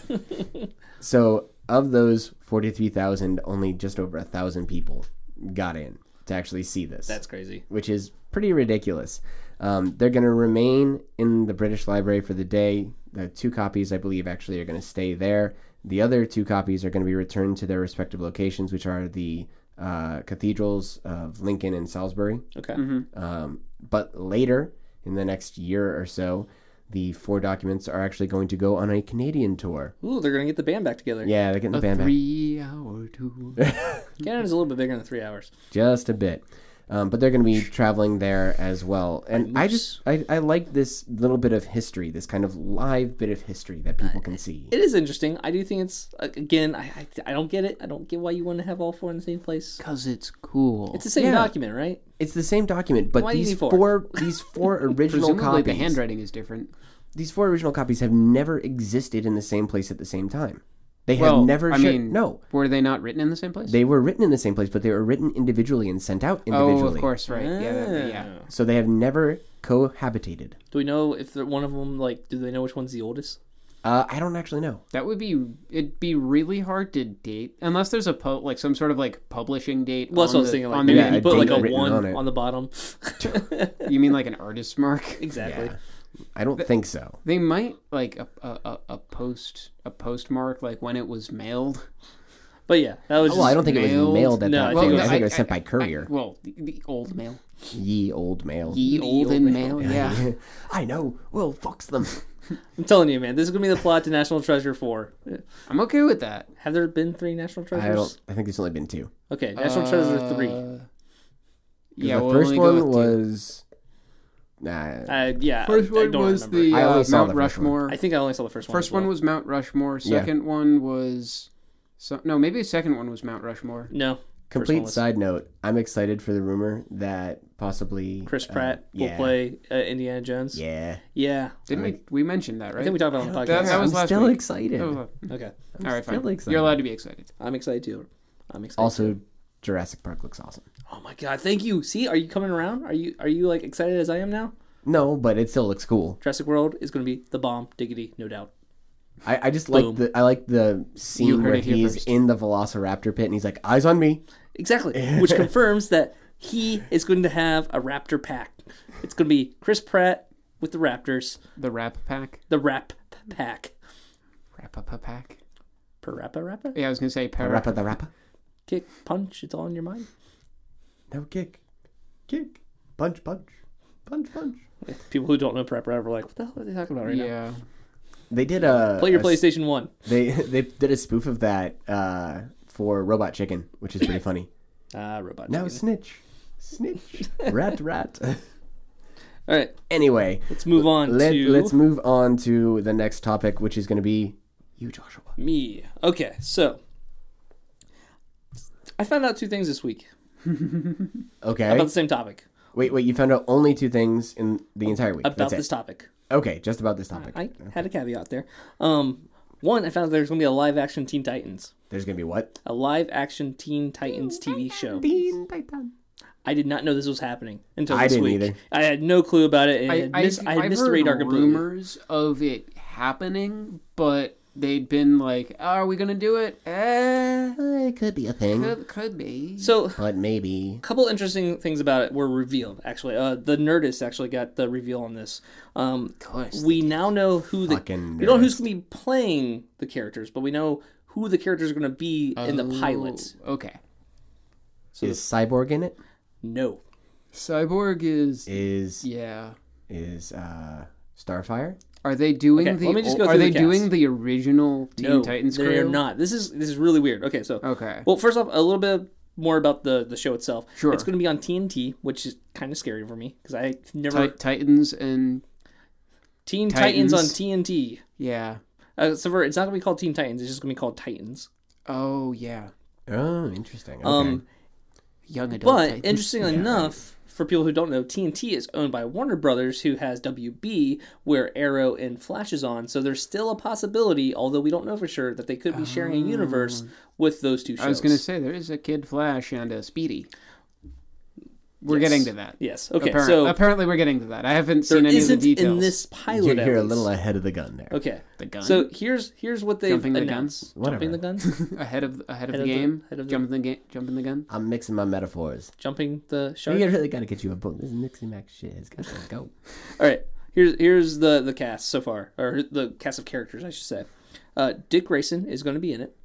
Speaker 1: So of those forty three thousand, only just over a thousand people got in to actually see this,
Speaker 3: That's crazy.
Speaker 1: which is pretty ridiculous. Um, they're going to remain in the British Library for the day. The two copies, I believe, actually are going to stay there. The other two copies are going to be returned to their respective locations, which are the uh, cathedrals of Lincoln and Salisbury.
Speaker 3: Okay.
Speaker 1: Um, but later in the next year or so, the four documents are actually going to go on a Canadian tour.
Speaker 3: Ooh, they're gonna get the band back together.
Speaker 1: Yeah, they're getting the
Speaker 2: A
Speaker 1: band back.
Speaker 2: three-hour tour.
Speaker 3: Canada's a little bit bigger than three hours.
Speaker 1: just a bit. Um, but they're going to be traveling there as well. And I just, I, I like this little bit of history, this kind of live bit of history that people can see.
Speaker 3: It is interesting. I do think it's uh, again. I, I I don't get it. I don't get why you want to have all four in the same place.
Speaker 2: Cause it's cool.
Speaker 3: It's the same
Speaker 1: Yeah.
Speaker 3: document, right?
Speaker 1: It's the same document, but
Speaker 3: Why do you
Speaker 1: these
Speaker 3: need four?
Speaker 1: four? these four original
Speaker 2: Presumably
Speaker 1: copies,
Speaker 2: the handwriting is different.
Speaker 1: these four original copies have never existed in the same place at the same time. They have
Speaker 2: Well,
Speaker 1: never.
Speaker 2: I
Speaker 1: shared-
Speaker 2: mean-
Speaker 1: no,
Speaker 2: Were they not written in the same place?
Speaker 1: they were written in the same place, but they were written individually and sent out individually.
Speaker 2: Oh, of course, right. Yeah, that- yeah.
Speaker 3: Ah.
Speaker 1: So they have never cohabitated.
Speaker 3: Do we know if they're, one of them like? Do they know which one's the oldest?
Speaker 1: Uh, I don't actually know.
Speaker 2: That would be it'd be really hard to date unless there's a pu- like some sort of like publishing date.
Speaker 3: Well, that's
Speaker 2: on
Speaker 3: what I was
Speaker 2: the- on
Speaker 3: thinking. Like,
Speaker 2: the
Speaker 3: maybe
Speaker 1: yeah,
Speaker 3: you
Speaker 1: a
Speaker 2: end.
Speaker 3: put like a
Speaker 1: date written
Speaker 3: one
Speaker 1: on it.
Speaker 3: on, the bottom.
Speaker 2: you mean like an artist's mark?
Speaker 3: exactly.
Speaker 1: Yeah. I don't think so.
Speaker 2: They might like a, a, a, a post a postmark like when it was mailed.
Speaker 3: But yeah, that was. Just,
Speaker 1: Well, I don't think it was
Speaker 2: mailed?
Speaker 1: mailed at
Speaker 3: No,
Speaker 1: that
Speaker 3: I
Speaker 1: point.
Speaker 3: think it
Speaker 1: I think,
Speaker 3: was-
Speaker 1: it was sent by courier.
Speaker 2: I- well, the, the old mail,
Speaker 1: ye old male.
Speaker 2: ye old
Speaker 3: old
Speaker 2: and
Speaker 3: mail.
Speaker 2: mail. Yeah,
Speaker 1: I know. Well, fox them.
Speaker 3: I'm telling you, man, this is gonna be the plot to National Treasure Four.
Speaker 2: I'm okay with that.
Speaker 3: Have there been three National
Speaker 1: I don't.
Speaker 3: Treasures?
Speaker 1: I think there's only been two.
Speaker 3: Okay, National Treasure Three.
Speaker 2: Uh, Yeah,
Speaker 1: the
Speaker 2: we'll
Speaker 1: first
Speaker 2: only go
Speaker 1: one
Speaker 2: with two.
Speaker 1: was. Nah,
Speaker 3: Uh, yeah,
Speaker 2: First
Speaker 3: I, I
Speaker 2: one
Speaker 3: don't
Speaker 2: was
Speaker 3: remember.
Speaker 2: the
Speaker 1: I only
Speaker 2: uh,
Speaker 1: saw
Speaker 2: Mount
Speaker 1: the first one.
Speaker 2: Rushmore.
Speaker 3: I think I only saw the first one.
Speaker 2: First
Speaker 3: as well.
Speaker 2: one was Mount Rushmore.
Speaker 1: Yeah.
Speaker 2: Second one was, so, no, maybe the second one was Mount Rushmore.
Speaker 3: no
Speaker 1: complete
Speaker 3: one was-
Speaker 1: side note. I'm excited for the rumor that possibly
Speaker 3: Chris
Speaker 1: uh,
Speaker 3: Pratt will
Speaker 1: yeah,
Speaker 3: play uh, Indiana Jones.
Speaker 1: Yeah,
Speaker 3: Yeah.
Speaker 2: Didn't we? We mentioned that, right?
Speaker 3: I think we talked about it on the
Speaker 2: That-
Speaker 3: podcast.
Speaker 2: that was
Speaker 1: I'm
Speaker 2: last
Speaker 1: still
Speaker 2: week.
Speaker 1: excited.
Speaker 2: Oh, well.
Speaker 3: okay.
Speaker 2: All right,
Speaker 1: still
Speaker 2: fine.
Speaker 1: excited.
Speaker 2: You're allowed to be excited.
Speaker 3: I'm excited too. I'm excited.
Speaker 1: Also, Jurassic Park looks awesome.
Speaker 3: oh my god! Thank you. See, are you coming around? Are you are you like excited as I am now?
Speaker 1: No, but it still looks cool.
Speaker 3: Jurassic World is going to be the bomb, diggity, no doubt.
Speaker 1: I, I just like
Speaker 3: Boom.
Speaker 1: the I like the
Speaker 2: You
Speaker 1: scene
Speaker 2: heard
Speaker 1: where
Speaker 2: it here
Speaker 1: he's
Speaker 2: first.
Speaker 1: in the Velociraptor pit and he's like, "Eyes on me."
Speaker 3: Exactly, which confirms that he is going to have a raptor pack. It's going to be Chris Pratt with the Raptors,
Speaker 2: The rap pack,
Speaker 3: the Rap Pack.
Speaker 2: rap up pack.
Speaker 3: Parappa rappa,
Speaker 2: Yeah, I was gonna say para.
Speaker 1: Rappa the rappa.
Speaker 3: kick, punch. It's all in your mind.
Speaker 1: No kick, kick, punch, punch, punch, punch.
Speaker 3: People who don't know Parappa rappa are like, what the hell are they talking about right now?
Speaker 2: Yeah,
Speaker 1: They did a
Speaker 3: Play your
Speaker 1: a
Speaker 3: PlayStation One.
Speaker 1: They they did a spoof of that uh, for Robot Chicken, which is pretty funny.
Speaker 3: Ah, robot.
Speaker 1: now
Speaker 3: chicken.
Speaker 1: snitch, snitch, rat rat.
Speaker 3: all right,
Speaker 1: anyway,
Speaker 3: let's move on
Speaker 1: let,
Speaker 3: to
Speaker 1: let's move on to the next topic, which is going to be you, Joshua.
Speaker 3: Me. Okay, so I found out two things this week
Speaker 1: Okay.
Speaker 3: about the same topic.
Speaker 1: Wait, wait. You found out only two things in the entire week.
Speaker 3: About
Speaker 1: That's
Speaker 3: this
Speaker 1: it.
Speaker 3: topic.
Speaker 1: Okay, just about this topic.
Speaker 3: I had a caveat there. Um one, I found out there's gonna be a live action Teen Titans.
Speaker 1: There's going to be what?
Speaker 3: A live action Teen Titans TV show. I did not know this was happening until
Speaker 1: I
Speaker 3: this
Speaker 1: didn't
Speaker 3: week.
Speaker 1: either.
Speaker 3: I had no clue about it. and I, had
Speaker 2: I,
Speaker 3: missed, I had
Speaker 2: I've
Speaker 3: missed
Speaker 2: heard
Speaker 3: the radar completely.
Speaker 2: rumors of it happening, but they'd been like, "Oh, "Are we gonna do it?" Eh,
Speaker 1: Uh, it could be a thing,
Speaker 2: could, could be.
Speaker 3: So
Speaker 1: but maybe.
Speaker 3: couple interesting things about it were revealed actually uh, the nerdist actually got the reveal on this um,
Speaker 2: course
Speaker 3: we now know who the
Speaker 1: Fucking
Speaker 3: we don't know who's going to be playing the characters but we know who the characters are going to be in the pilot
Speaker 2: Oh, okay.
Speaker 1: Is Cyborg in it?
Speaker 3: no
Speaker 2: Cyborg is
Speaker 1: Is
Speaker 2: yeah.
Speaker 1: is uh, Starfire?
Speaker 2: Are they doing
Speaker 3: Okay,
Speaker 2: the?
Speaker 3: let me just go
Speaker 2: are
Speaker 3: through
Speaker 2: they
Speaker 3: the cast.
Speaker 2: doing the original Teen
Speaker 3: no
Speaker 2: Titans?
Speaker 3: they're
Speaker 2: crew?
Speaker 3: not this is this is really weird okay so
Speaker 2: Okay.
Speaker 3: well first off a little bit more about the the show itself
Speaker 2: Sure.
Speaker 3: it's going to be on tnt which is kind of scary for me because i never
Speaker 2: Ti- Titans and
Speaker 3: teen
Speaker 2: Titans.
Speaker 3: titans on tnt
Speaker 2: yeah.
Speaker 3: uh, so for, it's not going to be called teen titans it's just going to be called titans
Speaker 2: Oh yeah.
Speaker 1: Oh, interesting. Okay.
Speaker 3: um
Speaker 2: Young adult.
Speaker 3: But
Speaker 2: Titans.
Speaker 3: interestingly enough, for people who don't know, TNT is owned by Warner Brothers, who has WB, where Arrow and Flash is on. So there's still a possibility, although we don't know for sure, that they could be sharing a universe with those two shows.
Speaker 2: Oh. I was going to say there is a Kid Flash and a Speedy. We're
Speaker 3: Yes.
Speaker 2: getting to that.
Speaker 3: Yes. Okay.
Speaker 2: Appar-
Speaker 3: so
Speaker 2: apparently we're getting to that. I haven't
Speaker 3: there
Speaker 2: seen any of the
Speaker 3: isn't
Speaker 2: details.
Speaker 3: in this pilot.
Speaker 1: You're,
Speaker 3: at
Speaker 1: you're a
Speaker 3: least.
Speaker 1: little ahead of the gun there.
Speaker 3: Okay.
Speaker 2: the gun
Speaker 3: So here's here's what they
Speaker 2: Jumping the gun?
Speaker 3: announced.
Speaker 1: Whatever.
Speaker 3: Jumping the guns.
Speaker 2: ahead of ahead, of
Speaker 3: of
Speaker 2: the
Speaker 3: the-
Speaker 2: game,
Speaker 3: ahead of the-
Speaker 2: jumping the game, jumping the gun.
Speaker 1: I'm mixing my metaphors.
Speaker 3: Jumping the shark.
Speaker 1: We really gotta get you a book. This Nixie Mac shit has gotta go.
Speaker 3: All right. Here's here's the the cast so far, or the cast of characters, I should say. Uh, Dick Grayson is going to be in it.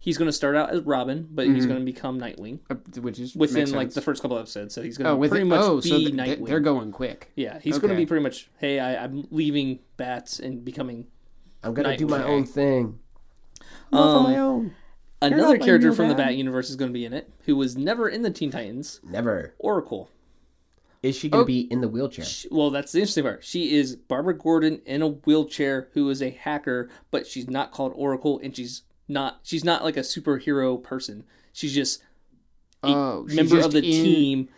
Speaker 3: he's going to start out as Robin, but he's going to become Nightwing
Speaker 2: Uh, which is Mm-hmm.
Speaker 3: within
Speaker 2: makes
Speaker 3: like the
Speaker 2: sense.
Speaker 3: first couple episodes. So he's going to
Speaker 2: oh, with
Speaker 3: pretty much
Speaker 2: oh,
Speaker 3: be
Speaker 2: so th- they-
Speaker 3: Nightwing.
Speaker 2: they're going quick.
Speaker 3: yeah, he's going to
Speaker 2: Okay.
Speaker 3: be pretty much, hey, I, I'm leaving Bats and becoming
Speaker 1: I'm gonna
Speaker 3: Night-
Speaker 1: do my
Speaker 3: okay.
Speaker 1: own thing. I'm off on
Speaker 3: Um,
Speaker 1: my own.
Speaker 3: another
Speaker 1: my
Speaker 3: character
Speaker 1: new
Speaker 3: from the
Speaker 1: Bat.
Speaker 3: Bat universe is going to be in it, who was never in the Teen Titans.
Speaker 1: Never.
Speaker 3: Oracle.
Speaker 1: Is she gonna
Speaker 2: Oh.
Speaker 1: be in the wheelchair?
Speaker 3: She- well, that's the interesting part. She is Barbara Gordon in a wheelchair who is a hacker, but she's not called Oracle, and she's not she's not like a superhero person. She's just a
Speaker 2: Oh, she's
Speaker 3: member
Speaker 2: just
Speaker 3: of the
Speaker 2: in-
Speaker 3: team.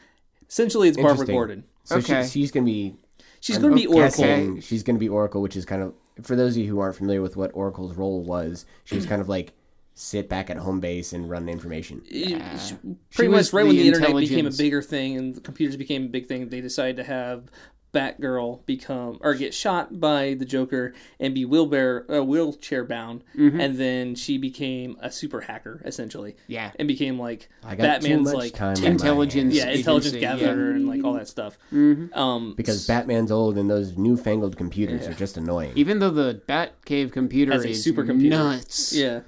Speaker 3: Essentially, it's Barbara
Speaker 1: Interesting.
Speaker 3: Gordon.
Speaker 1: So
Speaker 2: Okay.
Speaker 1: she, she's gonna be
Speaker 3: She's going to be Oracle.
Speaker 1: guessing she's going to be Oracle, which is kind of for those of you who aren't familiar with what Oracle's role was. She was kind of like sit back at home base and run information.
Speaker 3: It- she-
Speaker 2: She
Speaker 3: Pretty much
Speaker 2: was
Speaker 3: right when
Speaker 2: the
Speaker 3: the internet became a
Speaker 2: intelligence.
Speaker 3: bigger thing and the computers became a big thing, they decided to have Batgirl become or get shot by the Joker and be wheelchair uh, wheelchair bound, and then she became a super hacker essentially.
Speaker 2: Yeah.
Speaker 3: and became like
Speaker 1: I got too
Speaker 3: Batman's
Speaker 1: much
Speaker 3: like
Speaker 1: time. on my
Speaker 2: Intelligence,
Speaker 1: hands.
Speaker 3: yeah intelligence
Speaker 2: agency, yeah.
Speaker 3: gatherer and like all that stuff. Um,
Speaker 1: because Batman's old and those newfangled computers are just annoying.
Speaker 2: Even though the Batcave computer
Speaker 3: As a
Speaker 2: is
Speaker 3: supercomputer.
Speaker 2: nuts.
Speaker 3: yeah,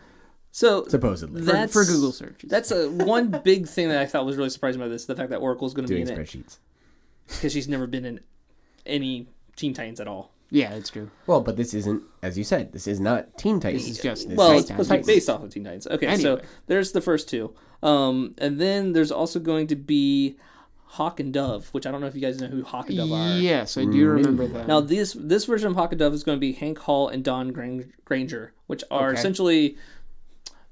Speaker 3: so
Speaker 1: supposedly,
Speaker 2: For,
Speaker 3: that's
Speaker 2: for Google searches.
Speaker 3: That's a one big thing that I thought was really surprising about this: the fact that Oracle's going to be
Speaker 1: doing
Speaker 3: in it
Speaker 1: spreadsheets.
Speaker 3: because she's never been in any Teen Titans at all.
Speaker 2: yeah, it's true.
Speaker 1: Well, but this isn't, as you said, this is not Teen Titans.
Speaker 2: This is just this
Speaker 3: well,
Speaker 2: is
Speaker 3: it's
Speaker 2: Titans.
Speaker 3: supposed to be based off of Teen Titans. Okay, so
Speaker 2: Anyway.
Speaker 3: there's the first two, um, and then there's also going to be Hawk and Dove, which I don't know if you guys know who Hawk and Dove are.
Speaker 2: Yes, I do remember that.
Speaker 3: Now this this version of Hawk and Dove is going to be Hank Hall and Don Gran- Granger, which are
Speaker 1: Okay.
Speaker 3: essentially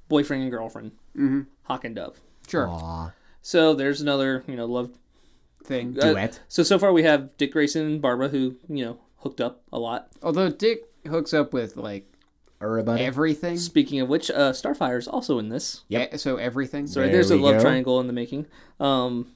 Speaker 3: boyfriend and girlfriend. Mm-hmm. Hawk and Dove.
Speaker 2: sure
Speaker 1: Aw,
Speaker 3: So there's another you know love
Speaker 2: thing.
Speaker 3: uh,
Speaker 1: Duet.
Speaker 3: so so far we have Dick Grayson and Barbara who you know hooked up a lot.
Speaker 2: Although Dick hooks up with like
Speaker 1: or about it.
Speaker 2: everything.
Speaker 3: Speaking of which, uh, Starfire is also in this.
Speaker 1: Yep.
Speaker 2: Eh, So everything.
Speaker 3: So
Speaker 1: There
Speaker 3: there's a
Speaker 1: we
Speaker 3: love
Speaker 1: go.
Speaker 3: triangle in the making. Um,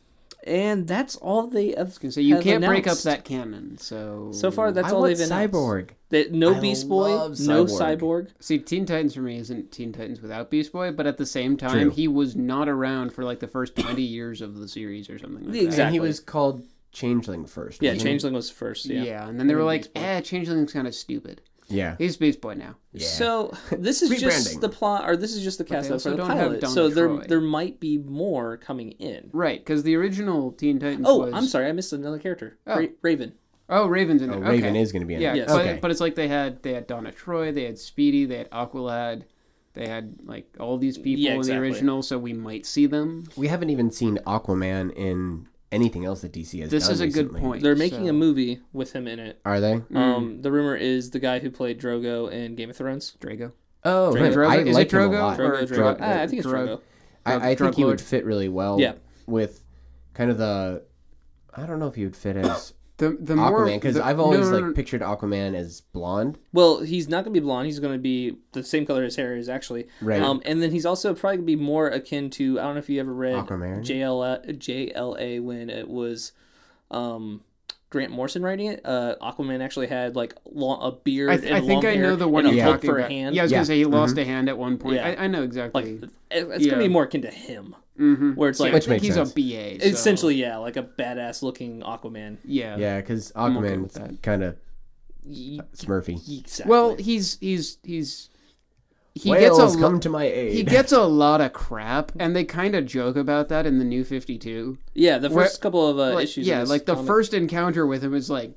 Speaker 3: and that's all they have.
Speaker 2: so you
Speaker 3: have
Speaker 2: can't break up
Speaker 3: announced.
Speaker 2: that canon. So
Speaker 3: So far, that's
Speaker 1: I
Speaker 3: all
Speaker 1: want
Speaker 3: they've announced.
Speaker 1: Cyborg.
Speaker 3: That no
Speaker 1: I
Speaker 3: Beast Boy,
Speaker 1: love
Speaker 3: no
Speaker 1: Cyborg.
Speaker 3: Cyborg.
Speaker 2: See, Teen Titans for me isn't Teen Titans without Beast Boy, but at the same time,
Speaker 1: True.
Speaker 2: he was not around for like the first twenty years of the series or something. Like
Speaker 3: Exactly.
Speaker 1: And he was called Changeling first.
Speaker 3: Yeah,
Speaker 1: wasn't he?
Speaker 3: Changeling was first.
Speaker 2: That. Yeah.
Speaker 3: Yeah.
Speaker 2: and then they were like,
Speaker 3: Beast Boy.
Speaker 2: "Eh, Changeling's kind of stupid.
Speaker 1: Yeah.
Speaker 2: He's Beast Boy now."
Speaker 1: yeah.
Speaker 3: So this is
Speaker 1: Rebranding.
Speaker 3: just the plot, or this is just the
Speaker 2: they
Speaker 3: cast out
Speaker 2: also
Speaker 3: for the
Speaker 2: don't have
Speaker 3: pilot.
Speaker 2: Donna
Speaker 3: So there,
Speaker 2: Troy.
Speaker 3: there might be more coming in.
Speaker 2: Right, because the original Teen Titans.
Speaker 3: Oh,
Speaker 2: was...
Speaker 3: I'm sorry, I missed another character.
Speaker 2: Oh.
Speaker 3: Ra- Raven.
Speaker 2: Oh, Raven's in
Speaker 1: Oh,
Speaker 2: there.
Speaker 1: Raven
Speaker 2: okay.
Speaker 1: is going to be in
Speaker 2: Yeah,
Speaker 1: it.
Speaker 3: Yes.
Speaker 2: but,
Speaker 1: Okay.
Speaker 2: but it's like they had they had Donna Troy, they had Speedy, they had Aqualad, they had like all these people
Speaker 3: Yeah, exactly.
Speaker 2: in the original, so we might see them.
Speaker 1: We haven't even seen Aquaman in anything else that DC has
Speaker 2: This
Speaker 1: done
Speaker 2: is a
Speaker 1: recently.
Speaker 2: good point.
Speaker 3: They're making
Speaker 2: so- Mm.
Speaker 3: a movie with him in it.
Speaker 1: Are they?
Speaker 3: Um, the rumor is the guy who played Drogo in Game of Thrones.
Speaker 2: Drogo.
Speaker 1: Oh,
Speaker 2: Drogo.
Speaker 1: I
Speaker 2: Is it
Speaker 1: like him a
Speaker 2: Drogo?
Speaker 1: lot.
Speaker 2: Or
Speaker 3: Drogo,
Speaker 2: Dro-
Speaker 3: Drogo. Ah, I think it's
Speaker 2: Drog-
Speaker 3: Drogo.
Speaker 1: I, I
Speaker 2: drug
Speaker 1: think he
Speaker 2: lord.
Speaker 1: would fit really well
Speaker 3: Yeah.
Speaker 1: with kind of the. I don't know if he would fit as
Speaker 2: The the more
Speaker 1: Aquaman because
Speaker 2: the-
Speaker 1: I've always
Speaker 2: no, no, no,
Speaker 1: like pictured Aquaman as blonde.
Speaker 3: Well, he's not going to be blonde. He's going to be the same color his hair is actually.
Speaker 1: Right.
Speaker 3: Um, and then he's also probably going to be more akin to I don't know if you ever read
Speaker 1: Aquaman?
Speaker 3: JLA, JLA when it was um, Grant Morrison writing it. Uh, Aquaman actually had like long, a beard.
Speaker 2: I, th-
Speaker 3: and
Speaker 2: I think
Speaker 3: long
Speaker 2: I know
Speaker 3: hair
Speaker 2: the one
Speaker 3: and
Speaker 2: you're
Speaker 3: a hook
Speaker 2: talking
Speaker 3: for
Speaker 2: about.
Speaker 3: a hand. Mm-hmm.
Speaker 2: Yeah, I was
Speaker 1: Yeah.
Speaker 2: gonna say he lost a hand at one point.
Speaker 3: Yeah.
Speaker 2: I, I know
Speaker 3: Like
Speaker 2: exactly.
Speaker 3: it- it's going to
Speaker 2: Yeah.
Speaker 3: be more akin to him,
Speaker 2: mm-hmm.
Speaker 3: where it's like
Speaker 2: I
Speaker 1: Which
Speaker 2: think
Speaker 1: makes
Speaker 2: he's
Speaker 1: sense.
Speaker 2: a BA. so-
Speaker 3: essentially yeah, like a badass looking Aquaman.
Speaker 2: yeah.
Speaker 1: Yeah, because
Speaker 2: okay
Speaker 1: Aquaman
Speaker 2: with that.
Speaker 1: kind of
Speaker 3: Ye-
Speaker 1: Smurfy.
Speaker 3: Exactly.
Speaker 2: Well, he's he's he's he
Speaker 1: Whales
Speaker 2: gets a
Speaker 1: come
Speaker 2: lo-
Speaker 1: to my aid.
Speaker 2: he gets a lot of crap, and they kind of joke about that in the New Fifty Two.
Speaker 3: yeah, the
Speaker 2: where-
Speaker 3: first couple of uh,
Speaker 2: like,
Speaker 3: issues.
Speaker 2: Yeah,
Speaker 3: of this
Speaker 2: like the
Speaker 3: comic-
Speaker 2: first encounter with him is like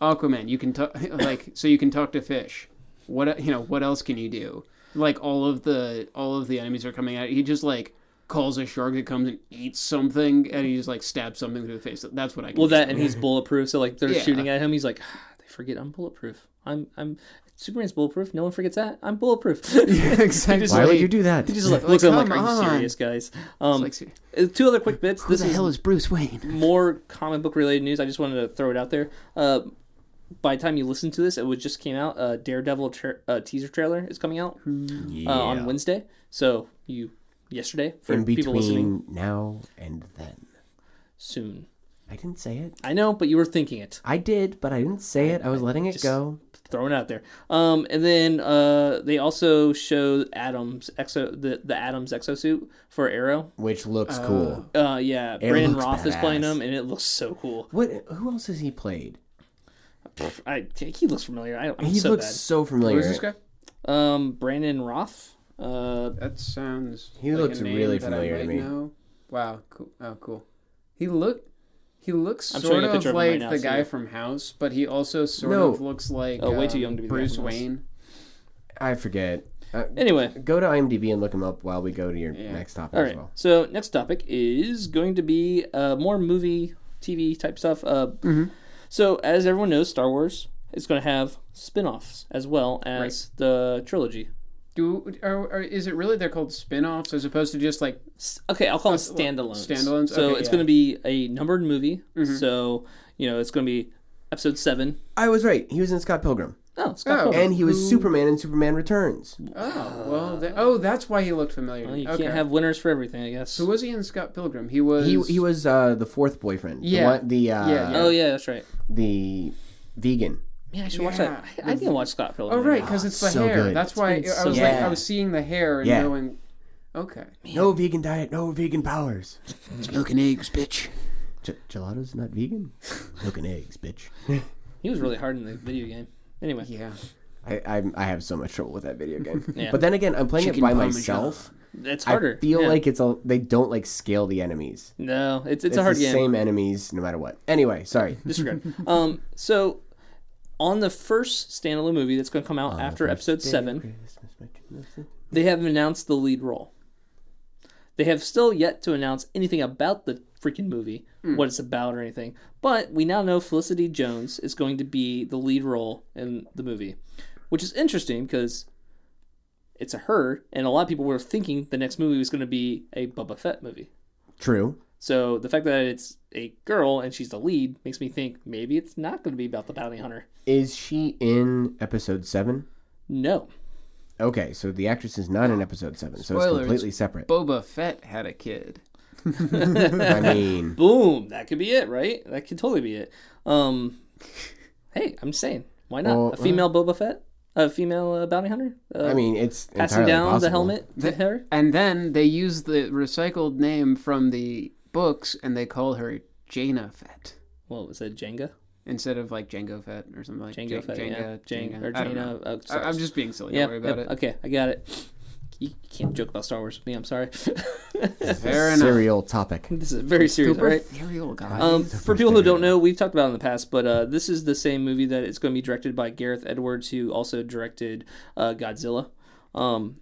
Speaker 2: Aquaman. You can talk like so you can talk to fish. What you know? What else can you do? Like all of the all of the enemies are coming out. He just like calls a shark that comes and eats something, and he just like stabs something through the face. That's what I. Can
Speaker 3: Well,
Speaker 2: do.
Speaker 3: that and he's bulletproof. So like they're
Speaker 2: Yeah.
Speaker 3: shooting at him. He's like, "Ah, they forget I'm bulletproof. I'm I'm Superman's bulletproof. No one forgets that I'm bulletproof. he
Speaker 2: exactly.
Speaker 1: Why would you do that?
Speaker 3: just like looks at him like,
Speaker 2: come
Speaker 3: are you
Speaker 2: on."
Speaker 3: serious, guys? Um,
Speaker 2: Like, see,
Speaker 3: uh, two other quick bits.
Speaker 2: who
Speaker 3: This
Speaker 2: the
Speaker 3: is
Speaker 2: hell is Bruce Wayne?
Speaker 3: more comic book related news. I just wanted to throw it out there. Uh, by the time you listen to this, it was just came out. Uh, Daredevil tra- uh, teaser trailer is coming out
Speaker 1: yeah.
Speaker 3: uh, on Wednesday. So you yesterday for
Speaker 1: in
Speaker 3: people listening
Speaker 1: between now and then.
Speaker 3: soon.
Speaker 1: I didn't say it.
Speaker 3: I know, but you were thinking it.
Speaker 1: I did, but I didn't say it. I was letting it
Speaker 3: just-
Speaker 1: go.
Speaker 3: thrown out there. Um, and then uh, they also show Adam's exo the the Adam's exosuit for Arrow.
Speaker 1: Which looks cool.
Speaker 3: Uh, yeah, Brandon
Speaker 1: looks
Speaker 3: Roth is playing
Speaker 1: badass.
Speaker 3: him, and it looks so cool.
Speaker 1: What? Who else has he played?
Speaker 3: Pff, I he looks familiar. I, I'm
Speaker 1: He
Speaker 3: so
Speaker 1: looks so
Speaker 2: Who
Speaker 1: familiar.
Speaker 2: is this guy?
Speaker 3: bad. Um, Brandon Roth. Uh,
Speaker 2: That sounds.
Speaker 1: He
Speaker 2: like
Speaker 1: looks
Speaker 2: a name
Speaker 1: really
Speaker 2: that I
Speaker 1: familiar to
Speaker 2: might
Speaker 1: me.
Speaker 2: know. Wow. Cool. Oh, cool. He look. He looks
Speaker 3: I'm
Speaker 2: sort
Speaker 3: showing a
Speaker 2: of
Speaker 3: picture of him
Speaker 2: like
Speaker 3: right now,
Speaker 2: the
Speaker 3: so
Speaker 2: guy
Speaker 3: you-
Speaker 2: from House, but he also sort
Speaker 1: No.
Speaker 2: of looks like
Speaker 3: Oh, way too
Speaker 2: um,
Speaker 3: young to be the guy
Speaker 2: Bruce
Speaker 3: from House.
Speaker 2: Wayne.
Speaker 1: I forget. Uh,
Speaker 3: anyway,
Speaker 1: go to IMDb and look him up while we go to your
Speaker 2: Yeah.
Speaker 1: next topic
Speaker 3: all
Speaker 1: as
Speaker 3: right.
Speaker 1: well.
Speaker 3: So next topic is going to be uh, more movie, TV type stuff. Uh,
Speaker 1: Mm-hmm.
Speaker 3: So as everyone knows, Star Wars is going to have spin-offs as well as the trilogy.
Speaker 2: Do are, are, is it really they're called spin-offs as opposed to just like
Speaker 3: S- Okay, I'll call them
Speaker 2: Uh, well,
Speaker 3: standalones.
Speaker 2: standalones?
Speaker 3: So
Speaker 2: Okay,
Speaker 3: it's
Speaker 2: yeah. Mm-hmm.
Speaker 3: going to be a numbered movie. So you know it's going to be episode seven.
Speaker 1: I was right. He was in Scott Pilgrim,
Speaker 3: Oh, Scott
Speaker 2: Oh.
Speaker 3: Pilgrim.
Speaker 1: and he was Superman in Superman Returns.
Speaker 2: oh well that, oh that's why he looked familiar. to
Speaker 3: Well,
Speaker 2: me.
Speaker 3: you
Speaker 2: okay.
Speaker 3: can't have winners for everything, I guess.
Speaker 2: so was he in Scott Pilgrim? He was.
Speaker 1: He he was uh, the fourth boyfriend. The
Speaker 2: Yeah.
Speaker 1: one- the uh,
Speaker 2: Yeah, yeah.
Speaker 3: oh yeah, that's right.
Speaker 1: the vegan.
Speaker 3: Man, I should watch that.
Speaker 2: Yeah.
Speaker 3: I, I didn't watch Scott Pilgrim.
Speaker 2: Oh right, because
Speaker 1: Oh,
Speaker 2: it's the
Speaker 1: so
Speaker 2: hair.
Speaker 1: good.
Speaker 2: That's why
Speaker 3: been
Speaker 2: I
Speaker 3: so
Speaker 2: was like
Speaker 1: good.
Speaker 2: I was seeing the hair and
Speaker 1: Yeah.
Speaker 2: knowing. Okay.
Speaker 1: No vegan diet. No vegan powers. Smoking eggs, bitch. Ge- gelato's not vegan. Smoking eggs, bitch.
Speaker 3: He was really hard in the video game. Anyway,
Speaker 2: Yeah.
Speaker 1: I, I I have so much trouble with that video game.
Speaker 3: Yeah.
Speaker 1: But then again, I'm playing
Speaker 2: Chicken
Speaker 1: it by
Speaker 2: parmesan.
Speaker 1: myself.
Speaker 3: it's harder.
Speaker 1: I feel
Speaker 3: Yeah.
Speaker 1: like it's a they don't like scale the enemies.
Speaker 3: no, it's it's,
Speaker 1: It's,
Speaker 3: a hard
Speaker 1: the
Speaker 3: game.
Speaker 1: same enemies no matter what. Anyway, sorry.
Speaker 3: Disregard. um, so on the first standalone movie that's going to come out after episode seven, they have announced the lead role. They have still yet to announce anything about the freaking movie, what it's about or anything. But we now know Felicity Jones is going to be the lead role in the movie, which is interesting because it's a her, and a lot of people were thinking the next movie was going to be a Boba Fett movie.
Speaker 1: True.
Speaker 3: So the fact that it's a girl and she's the lead makes me think maybe it's not going to be about the bounty hunter.
Speaker 1: Is she in episode seven?
Speaker 3: No.
Speaker 1: Okay, so the actress is not in episode seven, so
Speaker 2: Spoilers.
Speaker 1: it's completely separate.
Speaker 2: Boba Fett had a kid.
Speaker 1: I mean,
Speaker 3: Boom. That could be it, right? That could totally be it. Um, hey, I'm saying, why not
Speaker 1: Well, uh,
Speaker 3: a female Boba Fett, a female uh, bounty hunter? Uh,
Speaker 1: I mean, it's
Speaker 3: passing
Speaker 1: entirely
Speaker 3: down the
Speaker 1: possible.
Speaker 3: helmet to her.
Speaker 2: And then they use the recycled name from the books and they call her Jaina Fett
Speaker 3: What was it, Jenga?
Speaker 2: instead of like Django Fett or something like
Speaker 3: Jenga Fett, yeah, Jenga or
Speaker 2: I don't know.
Speaker 3: Jaina. Oh,
Speaker 2: I-
Speaker 3: sorry.
Speaker 2: I'm just being silly.
Speaker 3: yeah,
Speaker 2: Don't worry about
Speaker 3: yeah,
Speaker 2: it.
Speaker 3: Okay, I got it. You can't joke about Star Wars with me. I'm sorry.
Speaker 2: Fair enough.
Speaker 1: Serial topic.
Speaker 3: this is very serious. all
Speaker 2: Super
Speaker 3: right?
Speaker 2: ethereal guy.
Speaker 3: Um,
Speaker 1: It's the
Speaker 3: for
Speaker 1: first
Speaker 3: people who
Speaker 1: thing I
Speaker 3: don't know, we've talked about it in the past, but uh, this is the same movie that it's going to be directed by Gareth Edwards, who also directed uh, Godzilla. Um,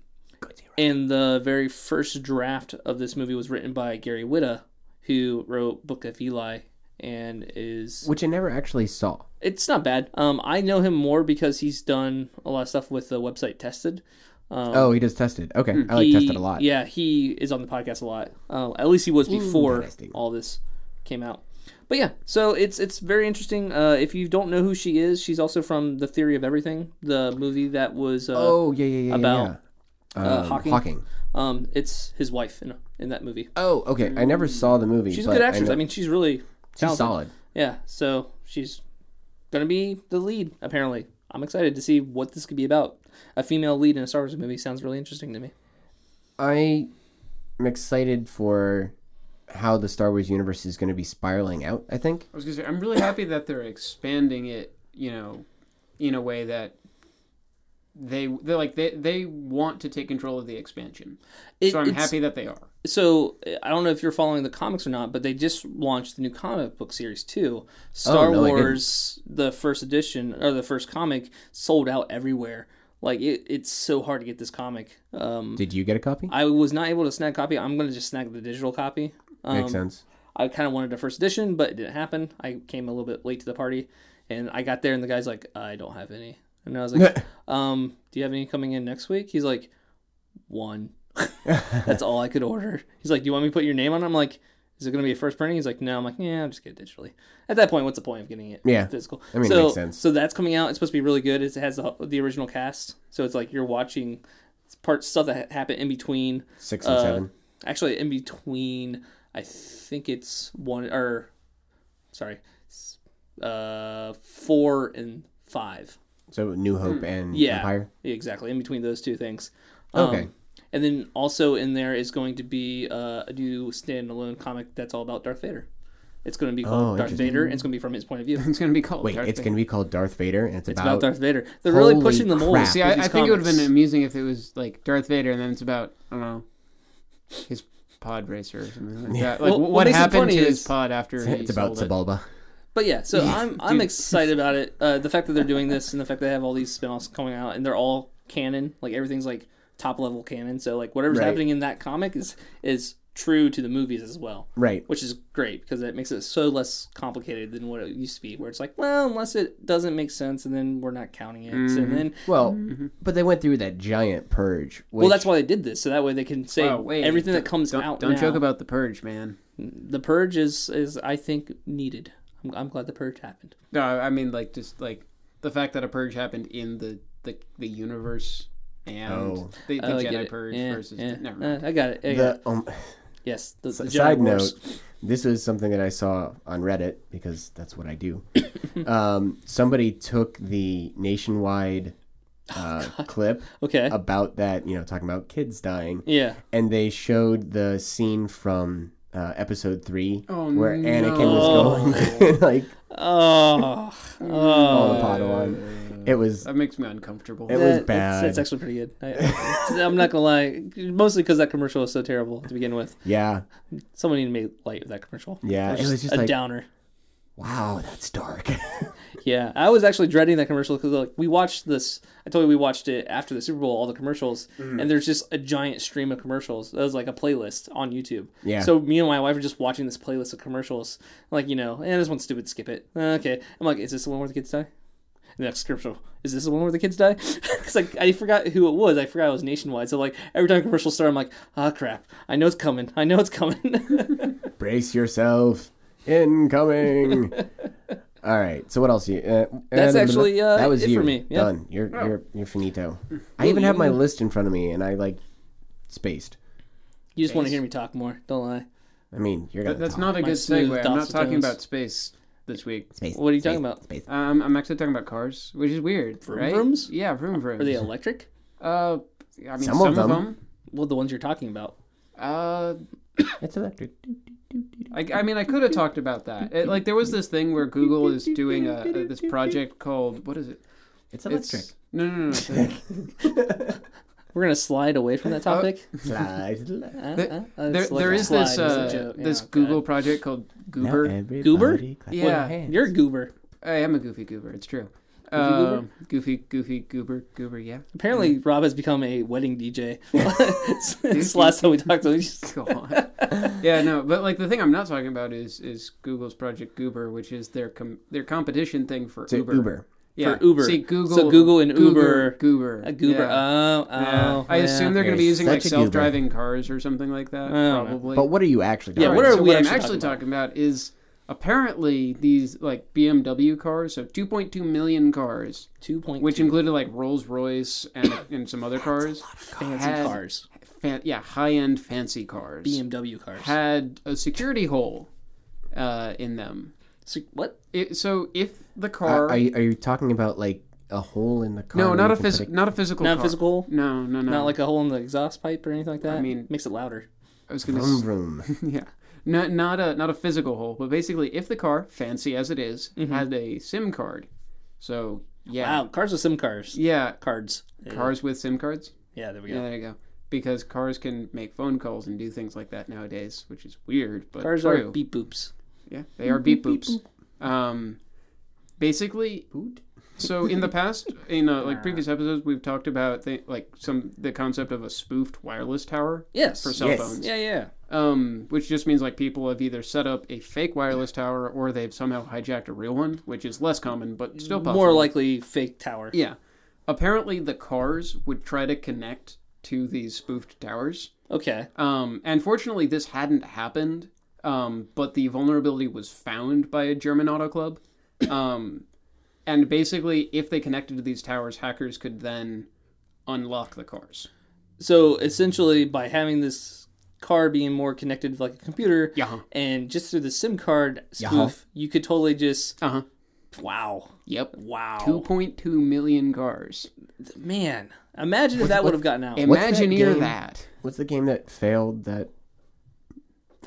Speaker 3: and the very first draft of this movie was written by Gary Whitta, who wrote Book of Eli, and is
Speaker 1: Which I never actually saw.
Speaker 3: it's not bad. Um, I know him more because he's done a lot of stuff with the website Tested. Um,
Speaker 1: Oh, he does tested. Okay. I like
Speaker 3: Hmm. he-
Speaker 1: tested a lot.
Speaker 3: Yeah, he is on the podcast a lot. Uh, at least he was before
Speaker 1: Interesting.
Speaker 3: all this came out. But yeah, so it's it's very interesting. Uh, if you don't know who she is, she's also from The Theory of Everything, the movie that was. Uh,
Speaker 1: Oh yeah, yeah, yeah, yeah,
Speaker 3: about,
Speaker 1: yeah.
Speaker 3: uh,
Speaker 1: Um,
Speaker 3: Hawking.
Speaker 1: Hawking.
Speaker 3: Um, it's his wife in in that movie.
Speaker 1: Oh, okay. I never saw the movie.
Speaker 3: She's a
Speaker 1: but
Speaker 3: good actress.
Speaker 1: know-
Speaker 3: I, mean, she's really
Speaker 1: she's
Speaker 3: talented.
Speaker 1: solid.
Speaker 3: Yeah, so she's gonna be the lead apparently. I'm excited to see what this could be about. A female lead in a Star Wars movie sounds really interesting to me.
Speaker 1: I am excited for how the Star Wars universe is going to be spiraling out. I think.
Speaker 2: I was gonna say I'm really happy that they're expanding it, you know, in a way that they they like they they want to take control of the expansion.
Speaker 3: It-
Speaker 2: so I'm
Speaker 3: it's-
Speaker 2: happy that they are.
Speaker 3: so I don't know if you're following the comics or not, but they just launched the new comic book series too. Star
Speaker 1: Oh, no, I didn't.
Speaker 3: Wars, the first edition or the first comic, sold out everywhere. Like it, it's so hard to get this comic. Um,
Speaker 1: Did you get a copy?
Speaker 3: I was not able to snag a copy. I'm gonna just snag the digital copy. Um,
Speaker 1: Makes sense.
Speaker 3: I kind of wanted a first edition, but it didn't happen. I came a little bit late to the party, and I got there, and the guy's like, "I don't have any," and I was like, "Um, do you have any coming in next week?" He's like, "One." That's all I could order. He's like, "Do you want me to put your name on?" it?" I'm like, "Is it gonna be a first printing?" He's like, "No." I'm like, "Yeah, I'll just get it digitally." At that point, what's the point of getting it?
Speaker 1: Yeah.
Speaker 3: physical.
Speaker 1: I mean, it
Speaker 3: so,
Speaker 1: makes sense.
Speaker 3: So that's coming out. It's supposed to be really good. It's- It has the, the original cast, so it's like you're watching parts stuff that ha- happened in between
Speaker 1: Six and
Speaker 3: uh,
Speaker 1: seven.
Speaker 3: Actually, in between, I think it's one or sorry, s- uh, four and five.
Speaker 1: So New Hope and
Speaker 3: hmm, Yeah,
Speaker 1: Empire.
Speaker 3: exactly. In between those two things. Um,
Speaker 1: Okay.
Speaker 3: and then also in there is going to be uh, a new standalone comic that's all about Darth Vader. It's going to be called
Speaker 1: Oh,
Speaker 3: Darth
Speaker 1: interesting.
Speaker 3: Vader, and it's going to be from his point of view.
Speaker 2: It's going to be called.
Speaker 1: Wait,
Speaker 2: Darth
Speaker 1: it's
Speaker 2: Vader.
Speaker 1: going to be called Darth Vader, and it's,
Speaker 3: It's
Speaker 1: about,
Speaker 3: about Darth Vader. They're really
Speaker 1: Holy
Speaker 3: pushing the mold.
Speaker 1: crap.
Speaker 2: See,
Speaker 3: with
Speaker 2: I, I
Speaker 3: these
Speaker 2: think it would have
Speaker 3: comics.
Speaker 2: been amusing if it was like Darth Vader, and then it's about I don't know his pod racer or something like that. Like
Speaker 3: Well,
Speaker 2: what,
Speaker 3: what makes it
Speaker 2: happened
Speaker 3: funny
Speaker 2: to his
Speaker 3: is-
Speaker 2: pod after he
Speaker 1: it's about
Speaker 2: sold it.
Speaker 1: Sebulba.
Speaker 3: But yeah, so I'm I'm
Speaker 2: Dude.
Speaker 3: excited about it. Uh, the fact that they're doing this and the fact that they have all these spin-offs coming out and they're all canon, like everything's like top level canon. So like whatever's
Speaker 1: Right.
Speaker 3: happening in that comic is is true to the movies as well,
Speaker 1: Right.
Speaker 3: which is great because it makes it so less complicated than what it used to be, where it's like, well, unless it doesn't make sense, and then we're not counting it, and
Speaker 2: Mm-hmm.
Speaker 3: then
Speaker 1: Well, but they went through that giant purge.
Speaker 3: well,
Speaker 1: which-
Speaker 3: that's why they did this, so that way they can say
Speaker 2: Wow, wait,
Speaker 3: everything that comes
Speaker 2: Don't,
Speaker 3: out.
Speaker 2: don't
Speaker 3: now,
Speaker 2: joke about the purge, man.
Speaker 3: the purge is is I think needed. I'm, I'm glad the purge happened.
Speaker 2: No, I mean like just like the fact that a purge happened in the the, the universe and
Speaker 1: Oh.
Speaker 2: the, the
Speaker 3: Oh, I get
Speaker 2: Jedi
Speaker 3: it.
Speaker 2: purge
Speaker 3: Yeah,
Speaker 2: versus
Speaker 3: yeah.
Speaker 2: never
Speaker 3: Uh,
Speaker 2: mind.
Speaker 3: I got it. I got it.
Speaker 1: the, um,
Speaker 3: Yes. The, the
Speaker 1: S-
Speaker 3: Jedi
Speaker 1: side
Speaker 3: Wars.
Speaker 1: note this is something that i saw on reddit because that's what i do um, somebody took the nationwide
Speaker 2: Oh,
Speaker 1: uh, clip
Speaker 3: Okay.
Speaker 1: about that you know talking about kids dying
Speaker 3: yeah.
Speaker 1: and they showed the scene from uh, episode three
Speaker 2: Oh,
Speaker 1: where
Speaker 2: no.
Speaker 1: anakin was going like
Speaker 3: Oh.
Speaker 1: all
Speaker 2: Uh,
Speaker 1: the
Speaker 3: oh.
Speaker 1: padawan it was
Speaker 2: That makes me uncomfortable.
Speaker 1: It was
Speaker 3: That- That's,
Speaker 1: bad.
Speaker 3: that's actually pretty good. I, am not gonna lie, mostly because that commercial was so terrible to begin with.
Speaker 1: yeah
Speaker 3: Someone needed to make light with that commercial.
Speaker 1: Yeah,
Speaker 3: That
Speaker 1: it was just
Speaker 3: a
Speaker 1: like-
Speaker 3: downer.
Speaker 1: wow that's dark
Speaker 3: Yeah, I was actually dreading that commercial because like we watched this. I told you we watched it after the Super Bowl, all the commercials, and there's just a giant stream of commercials. That was like a playlist on YouTube.
Speaker 1: Yeah.
Speaker 3: So me and my wife were just watching this playlist of commercials. Like you know, and eh, this one's stupid. Skip it. Uh, Okay. I'm like, is this the one where the kids die? The next commercial is this the one where the kids die? Because like I forgot who it was. I forgot it was nationwide. So like every time commercial started, I'm like, ah crap. I know it's coming. I know it's coming.
Speaker 1: brace yourself incoming all right so what else you uh,
Speaker 3: That's actually, uh,
Speaker 1: that was
Speaker 3: it for
Speaker 1: you
Speaker 3: me, yeah.
Speaker 1: done you're,
Speaker 2: Oh.
Speaker 1: you're you're finito i even have my list in front of me and i like spaced
Speaker 3: you just want to hear me talk more. Don't lie.
Speaker 1: i mean you're gonna
Speaker 2: That- that's
Speaker 1: talk.
Speaker 2: not a
Speaker 3: My
Speaker 2: good
Speaker 3: smooth
Speaker 2: segue. I'm not
Speaker 3: dulcet
Speaker 2: talking
Speaker 3: tones.
Speaker 2: about space this week.
Speaker 1: space
Speaker 3: What are you talking
Speaker 1: space,
Speaker 3: about?
Speaker 1: space.
Speaker 2: Um, I'm actually talking about cars, which is weird,
Speaker 3: Vroom
Speaker 2: right?
Speaker 3: vrooms?
Speaker 2: Yeah, vroom vrooms.
Speaker 3: Are they electric?
Speaker 2: Uh, I mean,
Speaker 1: Some
Speaker 2: some,
Speaker 1: of
Speaker 2: of them.
Speaker 1: them.
Speaker 3: Well, the ones you're talking about.
Speaker 2: Uh,
Speaker 1: it's electric
Speaker 2: I, I mean, I could have talked about that. It, like, there was this thing where Google is doing a, a this project called what is it?
Speaker 1: it's electric
Speaker 2: It's no, no, no. no.
Speaker 3: We're gonna slide away from that topic.
Speaker 1: Slides left.
Speaker 3: Uh,
Speaker 2: Oh, there-
Speaker 3: uh, uh,
Speaker 2: there,
Speaker 3: it's like
Speaker 2: there
Speaker 3: a
Speaker 2: is
Speaker 3: slide,
Speaker 2: this
Speaker 3: it's a
Speaker 2: uh,
Speaker 3: joke.
Speaker 2: this
Speaker 3: Oh, God.
Speaker 2: Google project called
Speaker 1: Now
Speaker 2: Goober.
Speaker 1: everybody
Speaker 3: Goober?
Speaker 1: clap
Speaker 2: Yeah.
Speaker 1: their hands.
Speaker 3: You're a goober.
Speaker 2: I am a goofy goober. It's true. Goofy,
Speaker 3: Goober?
Speaker 2: goofy, goofy goober, goober. Yeah.
Speaker 3: Apparently, Rob has become a wedding DJ. Since the last time we talked to him, he's-
Speaker 2: God. yeah, no, but like the thing I'm not talking about is is Google's Project Goober, which is their com- their competition thing for
Speaker 1: to
Speaker 2: Uber.
Speaker 1: uber,
Speaker 2: Yeah.
Speaker 3: Uber.
Speaker 2: See, Google.
Speaker 3: So Google and
Speaker 2: Goober,
Speaker 3: Uber-
Speaker 2: Goober.
Speaker 3: a goober.
Speaker 2: Yeah.
Speaker 3: Oh, oh.
Speaker 2: Yeah. I
Speaker 3: yeah.
Speaker 2: assume they're
Speaker 1: You're
Speaker 2: going to be using like
Speaker 1: such a goober.
Speaker 2: self-driving cars or something like that.
Speaker 3: don't know.
Speaker 2: probably.
Speaker 1: but what are you actually
Speaker 3: Yeah,
Speaker 1: talking
Speaker 3: what
Speaker 1: about?
Speaker 3: are
Speaker 2: so
Speaker 3: we
Speaker 2: what I'm
Speaker 3: actually
Speaker 2: actually
Speaker 3: talking
Speaker 2: talking about? is apparently these like BMW cars, so 2.2 million cars,
Speaker 3: two point
Speaker 2: which included like Rolls Royce and and some other cars.
Speaker 3: fancy
Speaker 2: had-
Speaker 3: cars,
Speaker 2: Fan- yeah, high-end fancy cars
Speaker 3: BMW cars.
Speaker 2: had a security hole uh, in them.
Speaker 3: So- what?
Speaker 2: It, so if the car,
Speaker 1: are, are, you, are you talking about like a hole in the car
Speaker 2: no,
Speaker 1: where
Speaker 2: not
Speaker 1: you
Speaker 2: a
Speaker 1: can put
Speaker 2: phys- not a physical,
Speaker 3: Not
Speaker 2: car.
Speaker 3: physical.
Speaker 2: No, no, no.
Speaker 3: Not like a hole in the exhaust pipe or anything like that. I
Speaker 2: mean-
Speaker 3: makes it louder.
Speaker 2: I was gonna,
Speaker 1: vroom
Speaker 2: s-
Speaker 1: vroom
Speaker 2: yeah, not not a not a physical hole, but basically, if the car, fancy as it is, had a SIM card, so yeah,
Speaker 3: Mm-hmm. Wow, cars with SIM cars.
Speaker 2: yeah,
Speaker 3: Cards.
Speaker 2: cars with SIM cards.
Speaker 3: Yeah, there we
Speaker 2: Yeah.
Speaker 3: go.
Speaker 2: there you go. Because cars can make phone calls and do things like that nowadays, which is weird, but
Speaker 3: Cars
Speaker 2: true.
Speaker 3: are beep boops.
Speaker 2: yeah, they are beep boops. Um, basically,
Speaker 1: Boot?
Speaker 2: So in the past, in uh, like previous episodes, we've talked about th- like some the concept of a spoofed wireless tower
Speaker 3: Yes.
Speaker 2: for cell
Speaker 1: Yes.
Speaker 2: phones,
Speaker 3: yeah, yeah.
Speaker 2: um, which just means like people have either set up a fake wireless tower or they've somehow hijacked a real one, which is less common but still possible.
Speaker 3: More likely fake tower.
Speaker 2: yeah. Apparently, the cars would try to connect to these spoofed towers.
Speaker 3: Okay.
Speaker 2: Um, and fortunately, this hadn't happened, um, but the vulnerability was found by a German auto club. Um, and basically, if they connected to these towers, hackers could then unlock the cars.
Speaker 3: So essentially, by having this car being more connected with like a computer,
Speaker 2: Yeah.
Speaker 3: and just through the SIM card spoof,
Speaker 1: Yeah.
Speaker 3: you could totally just
Speaker 2: Uh huh.
Speaker 3: wow,
Speaker 2: Yep.
Speaker 3: wow,
Speaker 2: 2.2 million cars.
Speaker 3: man. Imagine if that would have gotten out.
Speaker 1: What's that
Speaker 2: Imagineer
Speaker 1: game?
Speaker 2: that.
Speaker 1: What's the game that failed that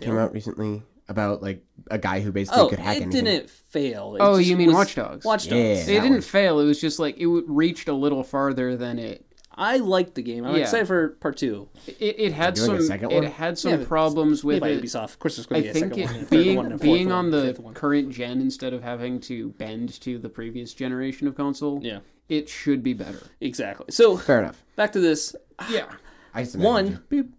Speaker 1: came out recently? about like a guy who basically
Speaker 3: Oh,
Speaker 1: could hack
Speaker 3: it
Speaker 1: anything.
Speaker 3: didn't fail. It
Speaker 2: Oh,
Speaker 3: just
Speaker 2: you mean
Speaker 3: was-
Speaker 2: Watch Dogs.
Speaker 3: Watch Dogs.
Speaker 1: Yeah.
Speaker 2: it
Speaker 1: that
Speaker 2: didn't
Speaker 1: one.
Speaker 2: fail. It was just like it w- reached a little farther than it.
Speaker 3: I liked the game. I'm
Speaker 2: Yeah.
Speaker 3: excited for part two.
Speaker 2: It, it had
Speaker 1: They're doing a
Speaker 2: some.
Speaker 1: second
Speaker 2: It
Speaker 1: one?
Speaker 2: had
Speaker 3: Yeah,
Speaker 2: some
Speaker 3: but
Speaker 2: problems
Speaker 3: Made
Speaker 2: with
Speaker 3: by
Speaker 2: it.
Speaker 3: Ubisoft. Of course, there's going
Speaker 2: I
Speaker 3: to be a
Speaker 2: think
Speaker 3: second one, and a
Speaker 2: it
Speaker 3: third
Speaker 2: being
Speaker 3: one, and a fourth
Speaker 2: being
Speaker 3: one,
Speaker 2: on
Speaker 3: and a
Speaker 2: the
Speaker 3: fifth one.
Speaker 2: current gen instead of having to bend to the previous generation of console.
Speaker 3: Yeah.
Speaker 2: it should be better.
Speaker 3: exactly. So
Speaker 1: Fair enough.
Speaker 3: back to this.
Speaker 2: Yeah,
Speaker 3: uh,
Speaker 1: I just
Speaker 3: One,
Speaker 1: imagined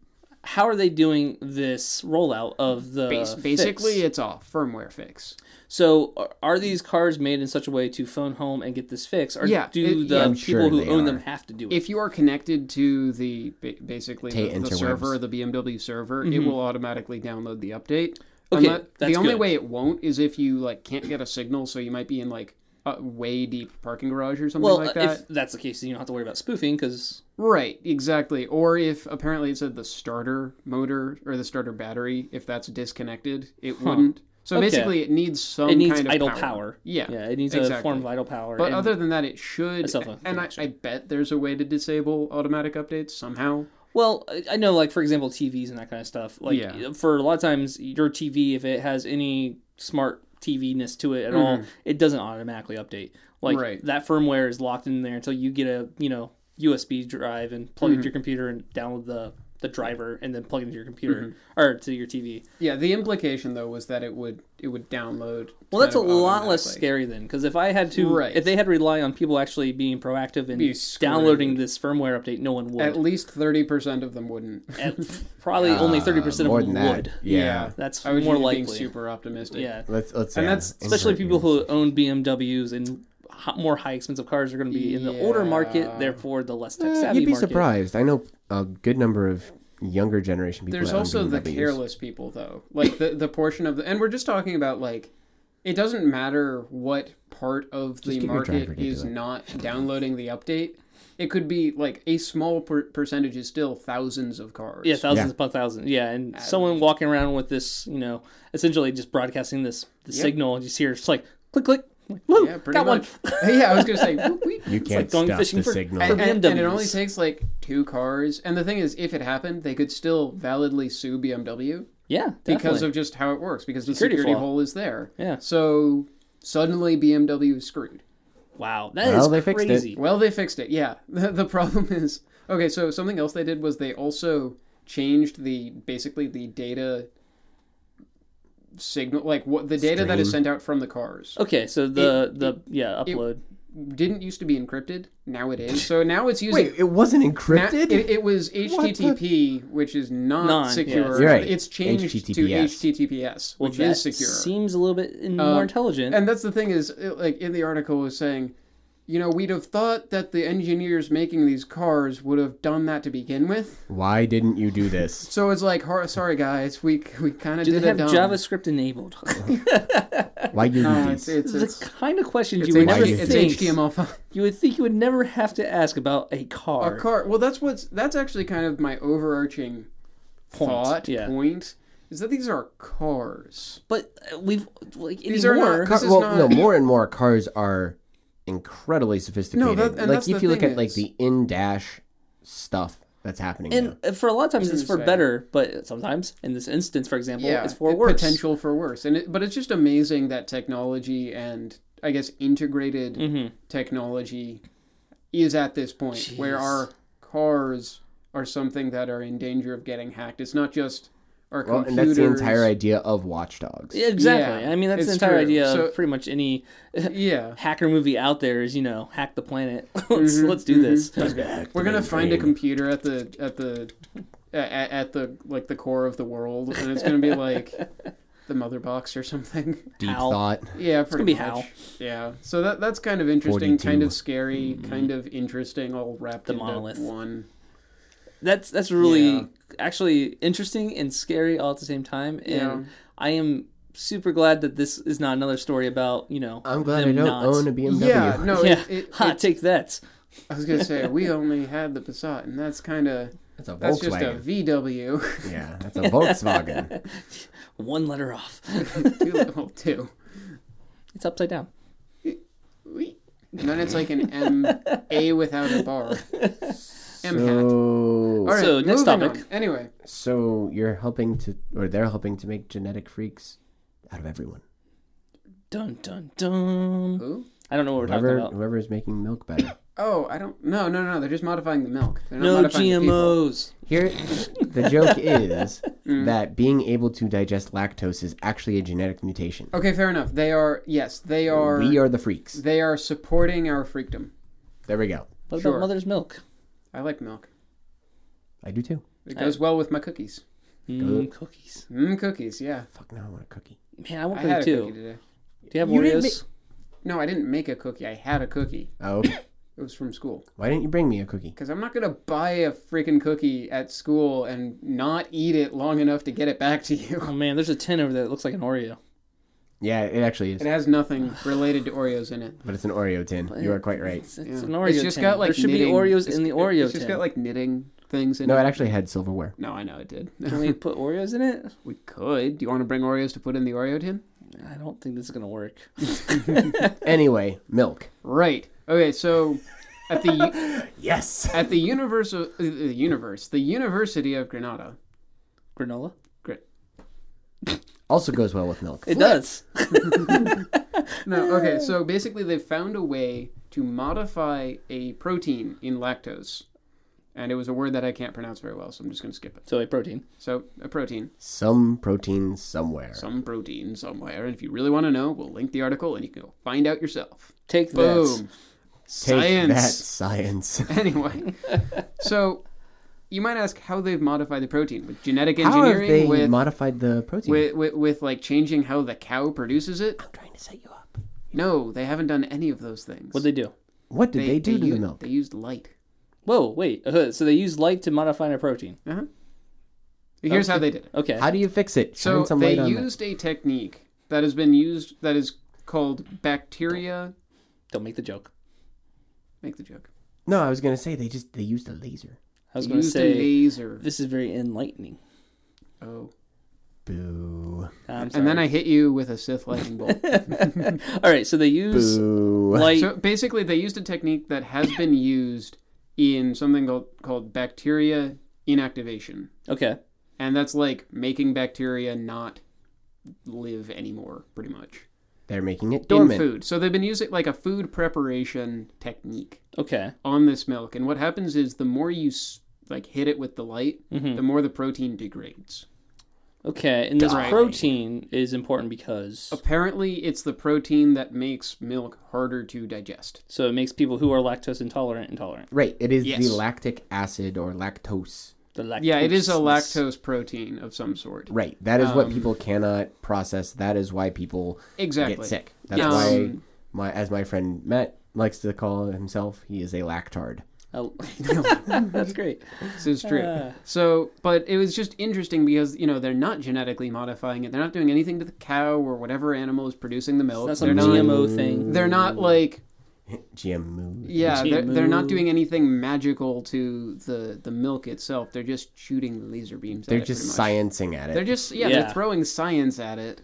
Speaker 3: how are they doing this rollout of the
Speaker 2: Bas-
Speaker 3: fix?
Speaker 2: basically it's all firmware fix.
Speaker 3: So are, are these cars made in such a way to phone home and get this fix, or
Speaker 2: Yeah,
Speaker 3: do
Speaker 2: it-
Speaker 3: the
Speaker 2: yeah,
Speaker 1: I'm
Speaker 3: people
Speaker 1: sure
Speaker 3: who
Speaker 1: they
Speaker 3: own
Speaker 1: are.
Speaker 3: them have to do it?
Speaker 2: If you are connected to the ba- basically
Speaker 1: Ta-
Speaker 2: the, the
Speaker 1: interwebs.
Speaker 2: server, the BMW server, it will automatically download the update.
Speaker 3: Mm-hmm. Okay,
Speaker 2: Unle-
Speaker 3: that's
Speaker 2: the only
Speaker 3: good.
Speaker 2: way it won't is if you like can't get a signal, so you might be in like a way deep parking garage or something
Speaker 3: well, uh,
Speaker 2: like that.
Speaker 3: if that's the case, then you don't have to worry about spoofing because
Speaker 2: Right, exactly. Or if apparently it said the starter motor or the starter battery, if that's disconnected, it wouldn't. So
Speaker 3: Okay.
Speaker 2: basically, it needs some
Speaker 3: it needs
Speaker 2: kind of
Speaker 3: idle
Speaker 2: power.
Speaker 3: power.
Speaker 2: Yeah,
Speaker 3: yeah, it needs a
Speaker 2: exactly.
Speaker 3: form of idle power.
Speaker 2: But
Speaker 3: and-
Speaker 2: other than that, it should.
Speaker 3: cell phone
Speaker 2: And I, I bet there's a way to disable automatic updates somehow.
Speaker 3: Well, I- I know, like for example, TVs and that kind of stuff. Like
Speaker 2: Yeah.
Speaker 3: for a lot of times, your TV, if it has any smart TV ness to it at all, it doesn't automatically update. Like
Speaker 2: Mm-hmm. Right.
Speaker 3: that firmware is locked in there until you get a you know USB drive and plug
Speaker 2: Mm-hmm.
Speaker 3: it to your computer and download the the driver and then plug it into your computer
Speaker 2: Mm-hmm.
Speaker 3: or to your TV.
Speaker 2: Yeah, the implication though was that it would it would download.
Speaker 3: Well, that's a lot less scary then, because if I had to,
Speaker 2: Right.
Speaker 3: if they had to rely on people actually being proactive and
Speaker 2: Be screwed.
Speaker 3: downloading this firmware update, no one would.
Speaker 2: At least thirty percent of them wouldn't.
Speaker 3: At- probably only thirty
Speaker 1: Uh,
Speaker 3: percent of
Speaker 1: more
Speaker 3: them
Speaker 1: than that.
Speaker 3: would.
Speaker 1: Yeah.
Speaker 3: That's
Speaker 2: I was
Speaker 3: more
Speaker 2: being
Speaker 3: likely.
Speaker 2: super optimistic.
Speaker 3: Yeah,
Speaker 1: Let's let's.
Speaker 2: And
Speaker 1: yeah,
Speaker 2: that's-
Speaker 1: insert
Speaker 3: especially people
Speaker 1: your-
Speaker 3: who own BMWs and ho- more high expensive cars are going to be in the older market,
Speaker 2: Yeah.
Speaker 3: therefore the less tech
Speaker 1: Uh,
Speaker 3: savvy
Speaker 1: you'd be
Speaker 3: market.
Speaker 1: surprised. I know a good number of younger generation people.
Speaker 2: There's
Speaker 1: that own
Speaker 2: also the
Speaker 1: BMWs.
Speaker 2: careless people though. Like the the portion of the and we're just talking about like it doesn't matter what part of
Speaker 1: Just
Speaker 2: the
Speaker 1: get your driver
Speaker 2: market
Speaker 1: to do
Speaker 2: is
Speaker 1: it.
Speaker 2: not downloading the update. It could be like a small per- percentage is still thousands of cars.
Speaker 3: Yeah, thousands
Speaker 1: Yeah.
Speaker 3: upon thousands. Yeah, and someone walking around with this, you know, essentially just broadcasting this the
Speaker 2: Yep.
Speaker 3: signal, and you just hear it's like click click, like, woo,
Speaker 2: Yeah, pretty
Speaker 3: got
Speaker 2: much.
Speaker 3: one.
Speaker 2: yeah, I was gonna say. whoop, whoop.
Speaker 1: You can't
Speaker 3: going
Speaker 1: stop
Speaker 3: fishing
Speaker 1: the
Speaker 3: for-
Speaker 1: signal.
Speaker 2: And, and- and it
Speaker 3: BMWs.
Speaker 2: only takes like two cars. And the thing is, if it happened, they could still validly sue BMW
Speaker 3: yeah,
Speaker 2: because
Speaker 3: definitely.
Speaker 2: of just how it works, because the
Speaker 3: Security
Speaker 2: security,
Speaker 3: flaw.
Speaker 2: hole is there.
Speaker 3: Yeah.
Speaker 2: So suddenly BMW is screwed.
Speaker 3: wow, that is
Speaker 1: Well, they fixed it.
Speaker 3: crazy.
Speaker 2: Well, they fixed it. Yeah. The, the problem is okay. So something else they did was they also changed the basically the data signal, like what the data that is
Speaker 1: Stream.
Speaker 2: sent out from the cars.
Speaker 3: Okay, so the the yeah upload.
Speaker 2: Didn't used to be encrypted. Now it is. So now it's using
Speaker 1: Wait, it wasn't
Speaker 2: Na-
Speaker 1: encrypted.
Speaker 2: It, it was HTTP, which is not
Speaker 3: Non, yes.
Speaker 2: secure.
Speaker 1: You're right.
Speaker 2: It's changed
Speaker 1: HTTPS.
Speaker 2: to HTTPS,
Speaker 3: well,
Speaker 2: which
Speaker 3: that
Speaker 2: is secure. Um,
Speaker 3: seems a little bit in- more intelligent.
Speaker 2: and that's the thing is, it, like in the article was saying, you know, we'd have thought that the engineers making these cars would have done that to begin with.
Speaker 1: Why didn't you do this?
Speaker 2: So it's like, "Hor- sorry guys, we we kind of
Speaker 3: Do
Speaker 2: did
Speaker 3: they have
Speaker 2: it dumb.
Speaker 3: JavaScript enabled?
Speaker 1: Why did you
Speaker 2: No,
Speaker 1: do
Speaker 2: it's
Speaker 1: this?
Speaker 2: it's
Speaker 3: the
Speaker 2: it's,
Speaker 3: kind of questions
Speaker 2: it's,
Speaker 3: you would
Speaker 1: Why
Speaker 3: never
Speaker 1: do you
Speaker 2: it's,
Speaker 1: do
Speaker 3: think.
Speaker 2: HTML5.
Speaker 3: You would think you would never have to ask about a car.
Speaker 2: A car. Well, that's what's that's actually kind of my overarching
Speaker 3: Point,
Speaker 2: thought
Speaker 3: yeah.
Speaker 2: point is that these are cars.
Speaker 3: But uh, we've like
Speaker 2: These are
Speaker 3: anymore.
Speaker 2: not
Speaker 1: Car-
Speaker 2: this is
Speaker 1: well,
Speaker 2: not-
Speaker 1: no, more and more cars are incredibly
Speaker 2: No,
Speaker 1: sophisticated.
Speaker 2: that- and
Speaker 1: like
Speaker 2: that's
Speaker 1: if
Speaker 2: the
Speaker 1: you look
Speaker 2: thing
Speaker 1: at like
Speaker 2: is-
Speaker 1: the in dash stuff that's happening. now.
Speaker 3: and uh, for a lot of times it's for
Speaker 2: Insane.
Speaker 3: better, but sometimes in this instance, for example, it's for
Speaker 2: it-
Speaker 3: worse.
Speaker 2: Potential for worse, and it, but it's just amazing that technology and I guess integrated technology is at this point where
Speaker 3: Jeez.
Speaker 2: our cars are something that are in danger of getting hacked. It's not just our
Speaker 1: Well, and that's
Speaker 2: computers.
Speaker 1: the entire idea of watchdogs.
Speaker 3: Yeah, Exactly.
Speaker 2: Yeah,
Speaker 3: I mean, that's the
Speaker 2: it's
Speaker 3: entire
Speaker 2: true.
Speaker 3: idea
Speaker 2: So-
Speaker 3: of pretty much any
Speaker 2: Yeah,
Speaker 3: hacker movie out there is you know hack the planet. let's
Speaker 2: Mm-hmm,
Speaker 3: let's do this.
Speaker 2: we're gonna find a computer at the at the at, at the like the core of the world, and it's gonna be like the mother box or something.
Speaker 1: deep
Speaker 3: Howl.
Speaker 1: thought.
Speaker 2: Yeah, pretty
Speaker 3: be
Speaker 2: much.
Speaker 3: Hal.
Speaker 2: Yeah, so that that's kind of interesting, kind
Speaker 1: 42.
Speaker 2: of scary, kind of interesting, all wrapped
Speaker 3: Mm-hmm.
Speaker 2: into
Speaker 3: The monolith.
Speaker 2: one.
Speaker 3: That's that's really
Speaker 2: Yeah.
Speaker 3: actually interesting and scary all at the same time. And
Speaker 2: Yeah.
Speaker 3: I am super glad that this is not another story about you know.
Speaker 1: I'm glad
Speaker 3: them
Speaker 1: I don't
Speaker 3: not-
Speaker 1: own a BMW.
Speaker 2: Yeah, no,
Speaker 3: Yeah,
Speaker 2: It, it,
Speaker 3: ha,
Speaker 2: it-
Speaker 3: take that.
Speaker 2: I was gonna say we only had the Passat, and that's kind of
Speaker 1: that's a Volkswagen.
Speaker 2: that's just a VW.
Speaker 1: Yeah, that's a Volkswagen.
Speaker 3: One letter off.
Speaker 2: Too little, too.
Speaker 3: it's upside down.
Speaker 2: Wee. And then it's like an M A without a bar. M hat.
Speaker 1: so Cool.
Speaker 2: All right,
Speaker 3: So,
Speaker 2: moving
Speaker 3: next topic.
Speaker 2: on. Anyway,
Speaker 1: So you're helping to, or they're helping to make genetic freaks out of everyone.
Speaker 3: Dun dun dun.
Speaker 2: who?
Speaker 3: I don't know what we're
Speaker 1: Whoever,
Speaker 3: talking about.
Speaker 1: whoever is making milk better.
Speaker 2: Oh, I don't. No, no, no. They're just modifying the milk. They're not
Speaker 3: No
Speaker 2: modifying the people.
Speaker 3: GMOs.
Speaker 1: Here, the joke is that being able to digest lactose is actually a genetic mutation.
Speaker 2: Okay, fair enough. They are. Yes, they are.
Speaker 1: We are the freaks.
Speaker 2: They are supporting our freakdom.
Speaker 1: There we go.
Speaker 3: What
Speaker 2: Sure.
Speaker 3: about mother's milk?
Speaker 2: I like milk.
Speaker 1: I do too.
Speaker 2: It
Speaker 3: I-
Speaker 2: goes well with my cookies.
Speaker 3: Mm, cookies.
Speaker 2: Mmm, cookies. Yeah,
Speaker 1: Fuck no, I want a cookie.
Speaker 3: Man, I want
Speaker 2: I had
Speaker 3: cookies
Speaker 2: a
Speaker 3: too.
Speaker 2: cookie today.
Speaker 3: Do you have
Speaker 1: You didn't
Speaker 3: Oreos?
Speaker 2: No, I didn't make a cookie. I had a cookie.
Speaker 1: Oh,
Speaker 2: It was from school.
Speaker 1: why didn't you bring me a cookie?
Speaker 2: Because I'm not gonna buy a freaking cookie at school and not eat it long enough to get it back to you.
Speaker 3: Oh man, there's a tin over there that looks like an Oreo.
Speaker 1: Yeah, it actually
Speaker 2: It
Speaker 1: is,
Speaker 2: has nothing related to Oreos in it.
Speaker 1: but it's an Oreo tin. You are quite right.
Speaker 3: It's, it's
Speaker 2: Yeah.
Speaker 3: an Oreo
Speaker 2: It's just
Speaker 3: tin.
Speaker 2: got, like,
Speaker 3: there should
Speaker 2: knitting-
Speaker 3: be Oreos
Speaker 2: it's-
Speaker 3: in the
Speaker 2: it-
Speaker 3: Oreo
Speaker 2: It's just
Speaker 3: tin.
Speaker 2: got like knitting things in
Speaker 1: No,
Speaker 2: it.
Speaker 1: it actually had silverware.
Speaker 2: No, I know it did.
Speaker 3: Can we put Oreos in it?
Speaker 2: we could. Do you want to bring Oreos to put in the Oreo tin?
Speaker 3: I don't think this is gonna work.
Speaker 1: Anyway, milk.
Speaker 2: Right. Okay. So, at the
Speaker 1: Yes.
Speaker 2: at the universe of, uh, the universe, the University of Granada.
Speaker 3: Granola.
Speaker 1: Also goes well with milk.
Speaker 3: It does.
Speaker 2: No.
Speaker 1: Uh.
Speaker 2: Okay. So basically, they found a way to modify a protein in lactose, and it was a word that I can't pronounce very well, so I'm just going to skip it.
Speaker 3: So a protein.
Speaker 2: So a protein,
Speaker 1: Some protein somewhere.
Speaker 2: some protein somewhere, and if you really want to know, we'll link the article and you can go find out yourself.
Speaker 3: Take that.
Speaker 2: Boom.
Speaker 1: Take
Speaker 2: Science.
Speaker 1: that science.
Speaker 2: anyway, so you might ask how they've modified the protein with genetic
Speaker 1: How have
Speaker 2: engineering,
Speaker 1: they
Speaker 2: with,
Speaker 1: modified the protein?
Speaker 2: with with with like changing how the cow produces it.
Speaker 1: I'm trying to set you up.
Speaker 2: No, they haven't done any of those things.
Speaker 3: What'd they do?
Speaker 1: What did they, do to
Speaker 2: used,
Speaker 1: the milk?
Speaker 2: They used light.
Speaker 3: Whoa, wait. Uh, so they use light to modify a protein.
Speaker 2: Uh huh. Here's how they did it.
Speaker 3: Okay.
Speaker 1: How do you fix it?
Speaker 2: So
Speaker 1: Shine some
Speaker 2: they
Speaker 1: light on
Speaker 2: used a technique that has been used that is called bacteria.
Speaker 3: Don't make the joke.
Speaker 2: Make the joke.
Speaker 1: it. No, I was gonna say they just they used a laser.
Speaker 3: I was
Speaker 2: They
Speaker 3: gonna
Speaker 2: used
Speaker 3: say
Speaker 2: a laser.
Speaker 3: this is very enlightening.
Speaker 2: Oh,
Speaker 1: Boo.
Speaker 3: I'm sorry.
Speaker 2: and then I hit you with a Sith lightning bolt.
Speaker 3: All right. So they use
Speaker 1: Boo.
Speaker 3: light.
Speaker 2: So basically, they used a technique that has been used in something called, called bacteria inactivation,
Speaker 3: okay.
Speaker 2: and that's like making bacteria not live anymore, pretty much.
Speaker 1: They're making it
Speaker 2: In
Speaker 1: dormant.
Speaker 2: food, so they've been using like a food preparation technique
Speaker 3: Okay.
Speaker 2: on this milk, and what happens is the more you s- like hit it with the light,
Speaker 1: Mm-hmm.
Speaker 2: the more the protein degrades.
Speaker 3: Okay. And this
Speaker 1: Right.
Speaker 3: protein is important because
Speaker 2: Oh. Apparently, it's the protein that makes milk harder to digest.
Speaker 3: so it makes people who are lactose intolerant intolerant.
Speaker 1: Right. It is
Speaker 2: Yes.
Speaker 1: the lactic acid or lactose.
Speaker 3: The lactose.
Speaker 2: Yeah, it is a lactose protein of some sort.
Speaker 1: Right. That is
Speaker 2: Um,
Speaker 1: what people cannot process. That is why people
Speaker 2: Exactly.
Speaker 1: get sick. That's
Speaker 2: Yes.
Speaker 1: why
Speaker 2: Um,
Speaker 1: my as my friend Matt likes to call himself, he is a lactard.
Speaker 3: Oh, that's great.
Speaker 2: This is true.
Speaker 3: Ah.
Speaker 2: So, but it was just interesting because you know they're not genetically modifying it. They're not doing anything to the cow or whatever animal is producing the milk.
Speaker 3: That's
Speaker 2: they're
Speaker 3: some
Speaker 2: not.
Speaker 3: GMO thing.
Speaker 2: They're not like
Speaker 1: GMO.
Speaker 2: yeah. They're, they're not
Speaker 3: GMO.
Speaker 2: doing anything magical to the the milk itself. They're just shooting laser beams. at
Speaker 1: They're
Speaker 2: it,
Speaker 1: just
Speaker 2: pretty much.
Speaker 1: sciencing at it.
Speaker 2: They're just yeah,
Speaker 3: Yeah.
Speaker 2: They're throwing science at it.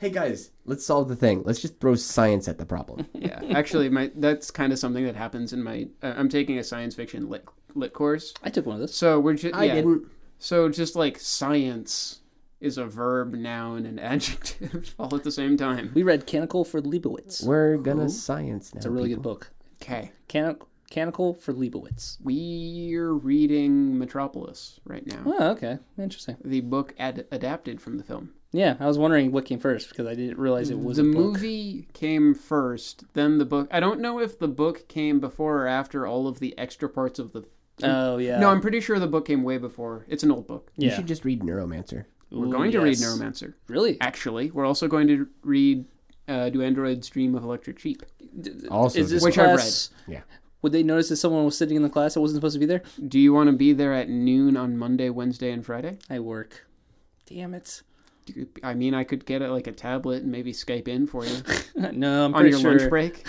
Speaker 1: hey guys, let's solve the thing. Let's just throw science at the problem.
Speaker 2: Yeah. Actually, my that's kind of something that happens in my. Uh, I'm taking a science fiction lit lit course.
Speaker 3: I took one of those.
Speaker 2: So we're just
Speaker 1: I didn't.
Speaker 2: So just like science is a verb, noun, and adjective all at the same time.
Speaker 3: We read Canticle for Leibowitz.
Speaker 1: We're gonna science now.
Speaker 3: It's a really good book.
Speaker 2: Okay.
Speaker 3: Can- Canticle for Leibowitz.
Speaker 2: We're reading Metropolis right now.
Speaker 3: Oh, okay. Interesting.
Speaker 2: The book ad- adapted from the film.
Speaker 3: Yeah, I was wondering what came first because I didn't realize it was
Speaker 2: the
Speaker 3: a book.
Speaker 2: movie came first, then the book. I don't know if the book came before or after all of the extra parts of the.
Speaker 3: Oh yeah.
Speaker 2: No, I'm pretty sure the book came way before. It's an old book.
Speaker 1: You
Speaker 3: yeah.
Speaker 1: should just read Neuromancer.
Speaker 2: We're
Speaker 3: Ooh,
Speaker 2: going to read
Speaker 3: yes.
Speaker 2: Neuromancer.
Speaker 3: Really?
Speaker 2: Actually, we're also going to read uh, Do Androids Dream of Electric Sheep?
Speaker 1: Also,
Speaker 3: Is this
Speaker 1: good.
Speaker 2: Which I've
Speaker 3: class?
Speaker 1: read. Yeah.
Speaker 3: Would they notice that someone was sitting in the class that wasn't supposed to be there?
Speaker 2: Do you want to be there at noon on Monday, Wednesday, and Friday?
Speaker 3: I work. Damn it.
Speaker 2: I mean, I could get it like a tablet and maybe Skype in for you
Speaker 3: no, I'm
Speaker 2: on
Speaker 3: pretty
Speaker 2: your
Speaker 3: sure.
Speaker 2: lunch break.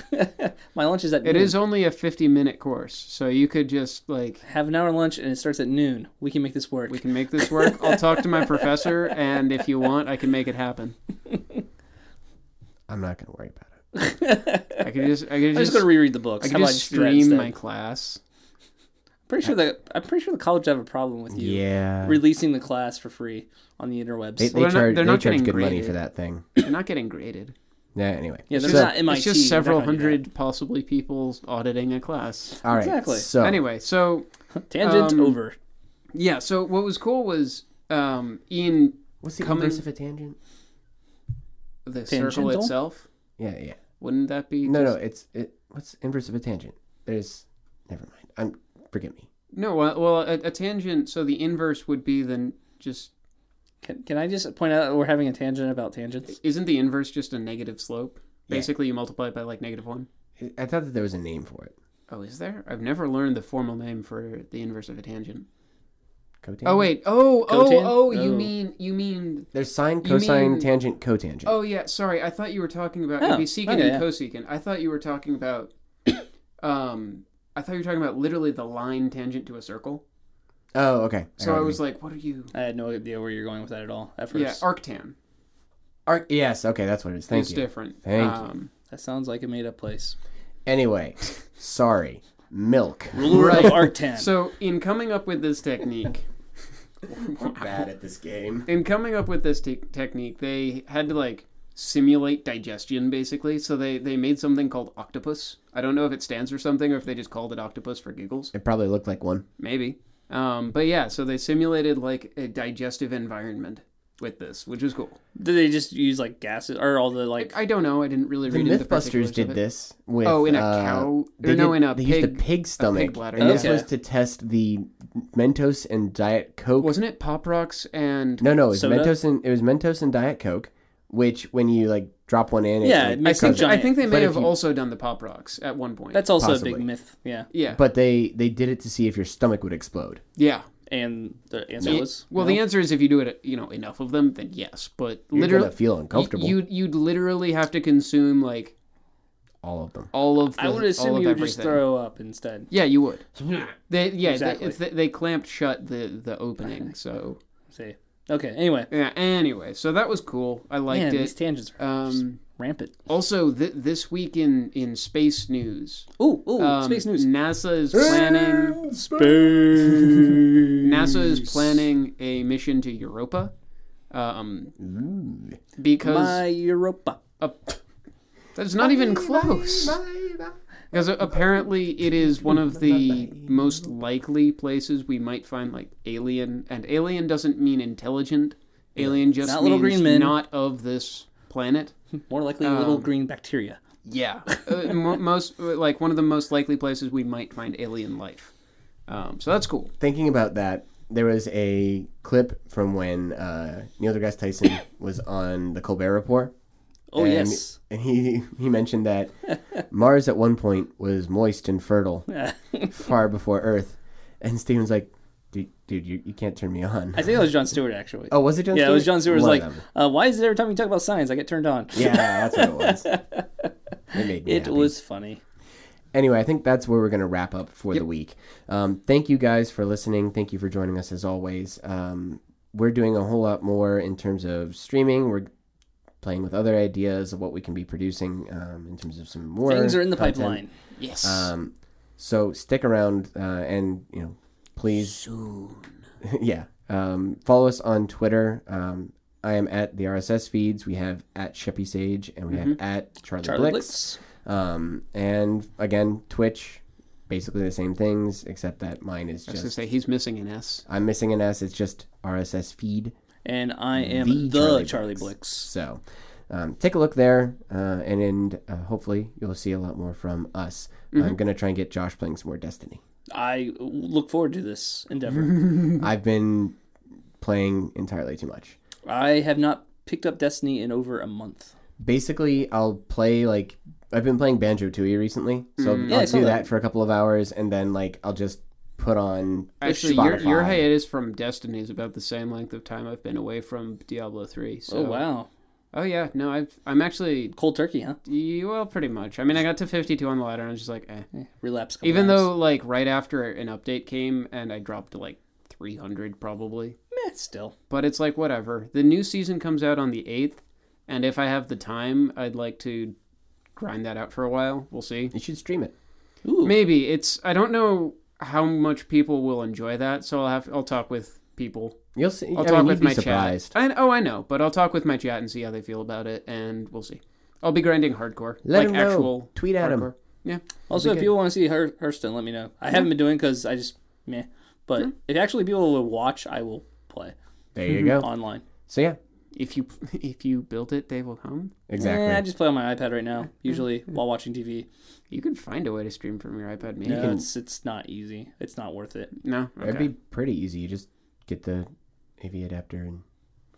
Speaker 3: My lunch is at
Speaker 2: It
Speaker 3: noon.
Speaker 2: is only a 50 minute course, so you could just like
Speaker 3: Have an hour lunch and it starts at noon. We can make this work.
Speaker 2: we can make this work. I'll talk to my professor and if you want, I can make it happen.
Speaker 1: I'm not gonna worry about it.
Speaker 2: I could just I could
Speaker 3: I'm just
Speaker 2: just,
Speaker 3: going to reread the
Speaker 2: I
Speaker 3: books. How
Speaker 2: could
Speaker 3: about
Speaker 2: just
Speaker 3: I do that
Speaker 2: stream
Speaker 3: instead?
Speaker 2: my class.
Speaker 3: Pretty sure that I'm pretty sure the college have a problem with you
Speaker 1: Yeah.
Speaker 3: releasing the class for free on the interwebs.
Speaker 1: They, they
Speaker 2: Well, they're not-
Speaker 1: charge, they
Speaker 2: they're not
Speaker 1: charge
Speaker 2: getting
Speaker 1: good money
Speaker 2: graded.
Speaker 1: for that thing.
Speaker 2: They're not getting graded.
Speaker 1: Yeah, anyway.
Speaker 3: yeah, there's
Speaker 1: So-
Speaker 3: not MIT.
Speaker 2: it's just several
Speaker 3: they're not gonna do
Speaker 2: hundred, possibly people auditing a class.
Speaker 1: All right.
Speaker 3: Exactly.
Speaker 1: So,
Speaker 2: Anyway, so
Speaker 3: that. Tangent
Speaker 2: Um,
Speaker 3: over.
Speaker 2: yeah, so what was cool was um, in
Speaker 1: what's the
Speaker 2: coming-
Speaker 1: inverse of a tangent?
Speaker 2: the circle
Speaker 3: Tangential?
Speaker 2: itself.
Speaker 1: Yeah, yeah.
Speaker 2: Wouldn't that be
Speaker 1: No, no,
Speaker 2: just-
Speaker 1: it's it. What's inverse of a tangent? There's. Never mind. I'm. Forgive me.
Speaker 2: no? Well, well a, a tangent. So the inverse would be then just
Speaker 3: Can, can I just point out that we're having a tangent about tangents?
Speaker 2: isn't the inverse just a negative slope?
Speaker 1: Yeah.
Speaker 2: Basically, you multiply it by like negative one.
Speaker 1: I- I thought that there was a name for it.
Speaker 2: Oh, is there? I've never learned the formal name for the inverse of a tangent.
Speaker 1: Cotangent.
Speaker 2: Oh wait. Oh
Speaker 3: Cotan?
Speaker 2: oh oh. You
Speaker 3: Oh.
Speaker 2: mean you mean?
Speaker 1: There's sine,
Speaker 2: You
Speaker 1: cosine,
Speaker 2: mean-
Speaker 1: tangent, cotangent.
Speaker 2: Oh yeah. Sorry, I thought you were talking about
Speaker 3: Oh,
Speaker 2: it'd be secant and
Speaker 3: okay, yeah.
Speaker 2: cosecant. I thought you were talking about. Um, I thought you were talking about literally the line tangent to a circle.
Speaker 1: Oh, okay. I know
Speaker 2: So
Speaker 1: what
Speaker 2: I
Speaker 1: you
Speaker 2: was
Speaker 1: mean.
Speaker 2: like, what are you?
Speaker 3: I had no idea where you're going with that at all at first.
Speaker 2: Yeah, arctan.
Speaker 1: Arc- yes. Okay, that's what it is. Thank
Speaker 2: it's
Speaker 1: you.
Speaker 2: different.
Speaker 1: Thank you.
Speaker 2: um,
Speaker 3: that sounds like a made up place.
Speaker 1: Anyway, sorry. Milk.
Speaker 3: Ruler
Speaker 2: Right.
Speaker 3: of Arctan.
Speaker 2: So in coming up with this technique,
Speaker 1: Bad at this game.
Speaker 2: in coming up with this te- technique, they had to like simulate digestion basically. So they they made something called octopus. I don't know if it stands for something or if they just called it octopus for giggles.
Speaker 1: It probably looked like one.
Speaker 2: Maybe. Um, but yeah, so they simulated like a digestive environment with this, which was cool.
Speaker 3: Did they just use like gases or all the like?
Speaker 2: I don't know. I didn't really
Speaker 1: The
Speaker 2: read into the particulars
Speaker 1: MythBusters
Speaker 2: of
Speaker 1: did
Speaker 2: it.
Speaker 1: this with
Speaker 2: Oh, in a
Speaker 1: uh,
Speaker 2: cow?
Speaker 1: They
Speaker 2: Or no,
Speaker 1: did-
Speaker 2: in a
Speaker 1: they
Speaker 2: pig,
Speaker 1: used a pig stomach.
Speaker 2: bladder.
Speaker 1: And this
Speaker 3: Okay.
Speaker 1: was to test the Mentos and Diet Coke.
Speaker 2: Wasn't it Pop Rocks and
Speaker 1: no, no, it was
Speaker 3: Soda?
Speaker 1: Mentos and it was Mentos and Diet Coke, which when you like drop one in, it,
Speaker 3: Yeah,
Speaker 1: like,
Speaker 3: it
Speaker 2: I
Speaker 3: makes
Speaker 2: think
Speaker 3: them giant.
Speaker 2: I think they may
Speaker 1: But if
Speaker 2: have
Speaker 1: you-
Speaker 2: also done the Pop Rocks at one point.
Speaker 3: That's also a
Speaker 1: Possibly.
Speaker 3: big myth. Yeah.
Speaker 2: yeah.
Speaker 1: but they they did it to see if your stomach would explode.
Speaker 2: yeah.
Speaker 3: And the answer
Speaker 2: Yeah.
Speaker 3: was
Speaker 2: well, the answer is if you do it, you know, enough of them, then yes. But
Speaker 1: You're
Speaker 2: literally,
Speaker 1: gonna feel uncomfortable.
Speaker 2: you'd you'd literally have to consume like
Speaker 1: all of them.
Speaker 2: all of. The,
Speaker 3: I would
Speaker 2: all
Speaker 3: assume
Speaker 2: of
Speaker 3: you would
Speaker 2: everything.
Speaker 3: just throw up instead.
Speaker 2: Yeah, you would. They, yeah,
Speaker 3: Exactly.
Speaker 2: they, if they, they clamped shut the the opening. So
Speaker 3: See. Okay. Anyway,
Speaker 2: yeah. Anyway, so that was cool. I liked
Speaker 3: man, these
Speaker 2: it.
Speaker 3: tangents are
Speaker 2: Um,
Speaker 3: rampant.
Speaker 2: also, th- this week in in space news,
Speaker 3: Ooh, ooh,
Speaker 2: um,
Speaker 3: space news.
Speaker 2: NASA is planning.
Speaker 3: Space.
Speaker 2: NASA is planning a mission to Europa. Um,
Speaker 1: Ooh.
Speaker 2: because
Speaker 3: My Europa.
Speaker 2: that's not even close. Because apparently it is one of the most likely places we might find like alien, and alien doesn't mean intelligent. Alien just means
Speaker 3: Not little green men.
Speaker 2: not of this planet.
Speaker 3: More likely, little green bacteria.
Speaker 2: Yeah, uh, mo- most like one of the most likely places we might find alien life. Um, so that's cool.
Speaker 1: thinking about that, there was a clip from when uh, Neil deGrasse Tyson was on the Colbert Report.
Speaker 3: Oh
Speaker 1: and,
Speaker 3: yes.
Speaker 1: and he he mentioned that Mars at one point was moist and fertile, far before Earth. And Steven's like, dude, dude you, you can't turn me on.
Speaker 3: I think that was John Stewart actually.
Speaker 1: oh, was it John?
Speaker 3: yeah, it was John Stewart. Was
Speaker 1: One
Speaker 3: like,
Speaker 1: of them.
Speaker 3: uh, why is it every time you talk about science, I get turned on?
Speaker 1: yeah, that's what it was. It made me
Speaker 3: It
Speaker 1: happy.
Speaker 3: was funny.
Speaker 1: Anyway, I think that's where we're going to wrap up for the week. Um, thank you guys for listening. Thank you for joining us as always. Um, we're doing a whole lot more in terms of streaming. We're playing with other ideas of what we can be producing um, in terms of some more
Speaker 3: Things are in the
Speaker 1: content.
Speaker 3: pipeline.
Speaker 2: Yes.
Speaker 3: Uh,
Speaker 1: Um, so stick around uh, and you know, please,
Speaker 2: Soon.
Speaker 1: yeah, um, follow us on Twitter. Um, I am at the RSS feeds. We have at Sheppy Sage and we have at Charlie,
Speaker 3: Mm-hmm. Charlie
Speaker 1: Blix.
Speaker 3: Blix.
Speaker 1: Um, and again, Twitch, basically the same things, except that mine is
Speaker 2: I was gonna
Speaker 1: just
Speaker 2: say he's missing an S.
Speaker 1: I'm missing an S. It's just RSS feed.
Speaker 3: And I am
Speaker 1: The
Speaker 3: the,
Speaker 1: Charlie
Speaker 3: Charlie,
Speaker 1: Blix.
Speaker 3: Blix.
Speaker 1: So um, take a look there, uh, and, and uh, hopefully you'll see a lot more from us.
Speaker 3: Mm-hmm.
Speaker 1: I'm gonna try and get Josh playing some more Destiny.
Speaker 3: I look forward to this endeavor.
Speaker 1: I've been playing entirely too much.
Speaker 3: I have not picked up Destiny in over a month.
Speaker 1: Basically, I'll play like I've been playing Banjo Tooie recently, so
Speaker 3: Mm-hmm. Yeah, I
Speaker 1: I'll
Speaker 3: saw
Speaker 1: do
Speaker 3: that.
Speaker 1: that for a couple of hours, and then like I'll just put on
Speaker 2: Actually, your, your
Speaker 1: Spotify.
Speaker 2: hiatus from Destiny is about the same length of time I've been away from Diablo three. So.
Speaker 3: Oh wow,
Speaker 2: Oh yeah, no, I've I'm actually
Speaker 3: cold turkey, huh?
Speaker 2: y- well, pretty much. I mean, I got to 52 on the ladder, and I was just like, eh.
Speaker 3: Relapse. a couple
Speaker 2: Even
Speaker 3: times.
Speaker 2: though like right after an update came, and I dropped to like 300 probably.
Speaker 3: Meh, still,
Speaker 2: But it's like whatever. The new season comes out on the 8th, and if I have the time, I'd like to grind that out for a while. We'll see.
Speaker 1: You should stream it.
Speaker 3: ooh,
Speaker 2: Maybe it's I don't know how much people will enjoy that. So I'll have I'll talk with people.
Speaker 1: You'll see.
Speaker 2: I'll
Speaker 1: I
Speaker 2: talk
Speaker 1: mean,
Speaker 2: with
Speaker 1: you'd be
Speaker 2: my
Speaker 1: surprised.
Speaker 2: chat. I, oh, I know, but I'll talk with my chat and see how they feel about it, and we'll see. I'll be grinding hardcore,
Speaker 1: Let
Speaker 2: like
Speaker 1: him know.
Speaker 2: actual
Speaker 1: Tweet at him.
Speaker 2: hardcore. Yeah,
Speaker 3: Also,
Speaker 1: good.
Speaker 3: if people want to see Her- Hearthstone, let me know. I haven't been doing because I just meh. But
Speaker 1: Hmm.
Speaker 3: if actually people will watch, I will play
Speaker 1: There you
Speaker 2: Mm-hmm.
Speaker 1: go.
Speaker 3: online.
Speaker 1: So yeah,
Speaker 2: if you if you build it, they will come.
Speaker 1: exactly.
Speaker 3: Eh, I just play on my iPad right now, usually while watching TV.
Speaker 2: You can find a way to stream from your iPad. Maybe
Speaker 3: No,
Speaker 1: can-
Speaker 3: it's it's not easy. It's not worth it.
Speaker 2: no,
Speaker 1: That'd
Speaker 2: okay.
Speaker 1: be pretty easy. You just get the AV adapter and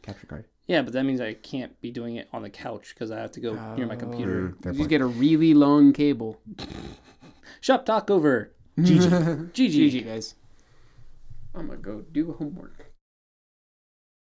Speaker 1: capture card.
Speaker 3: Yeah, but that means I can't be doing it on the couch because I have to go near my computer.
Speaker 1: Mm, fair
Speaker 2: Oh. you just
Speaker 1: point.
Speaker 2: get a really long cable.
Speaker 3: Shop talk over. GG. GG.
Speaker 2: GG guys. I'm gonna go do homework.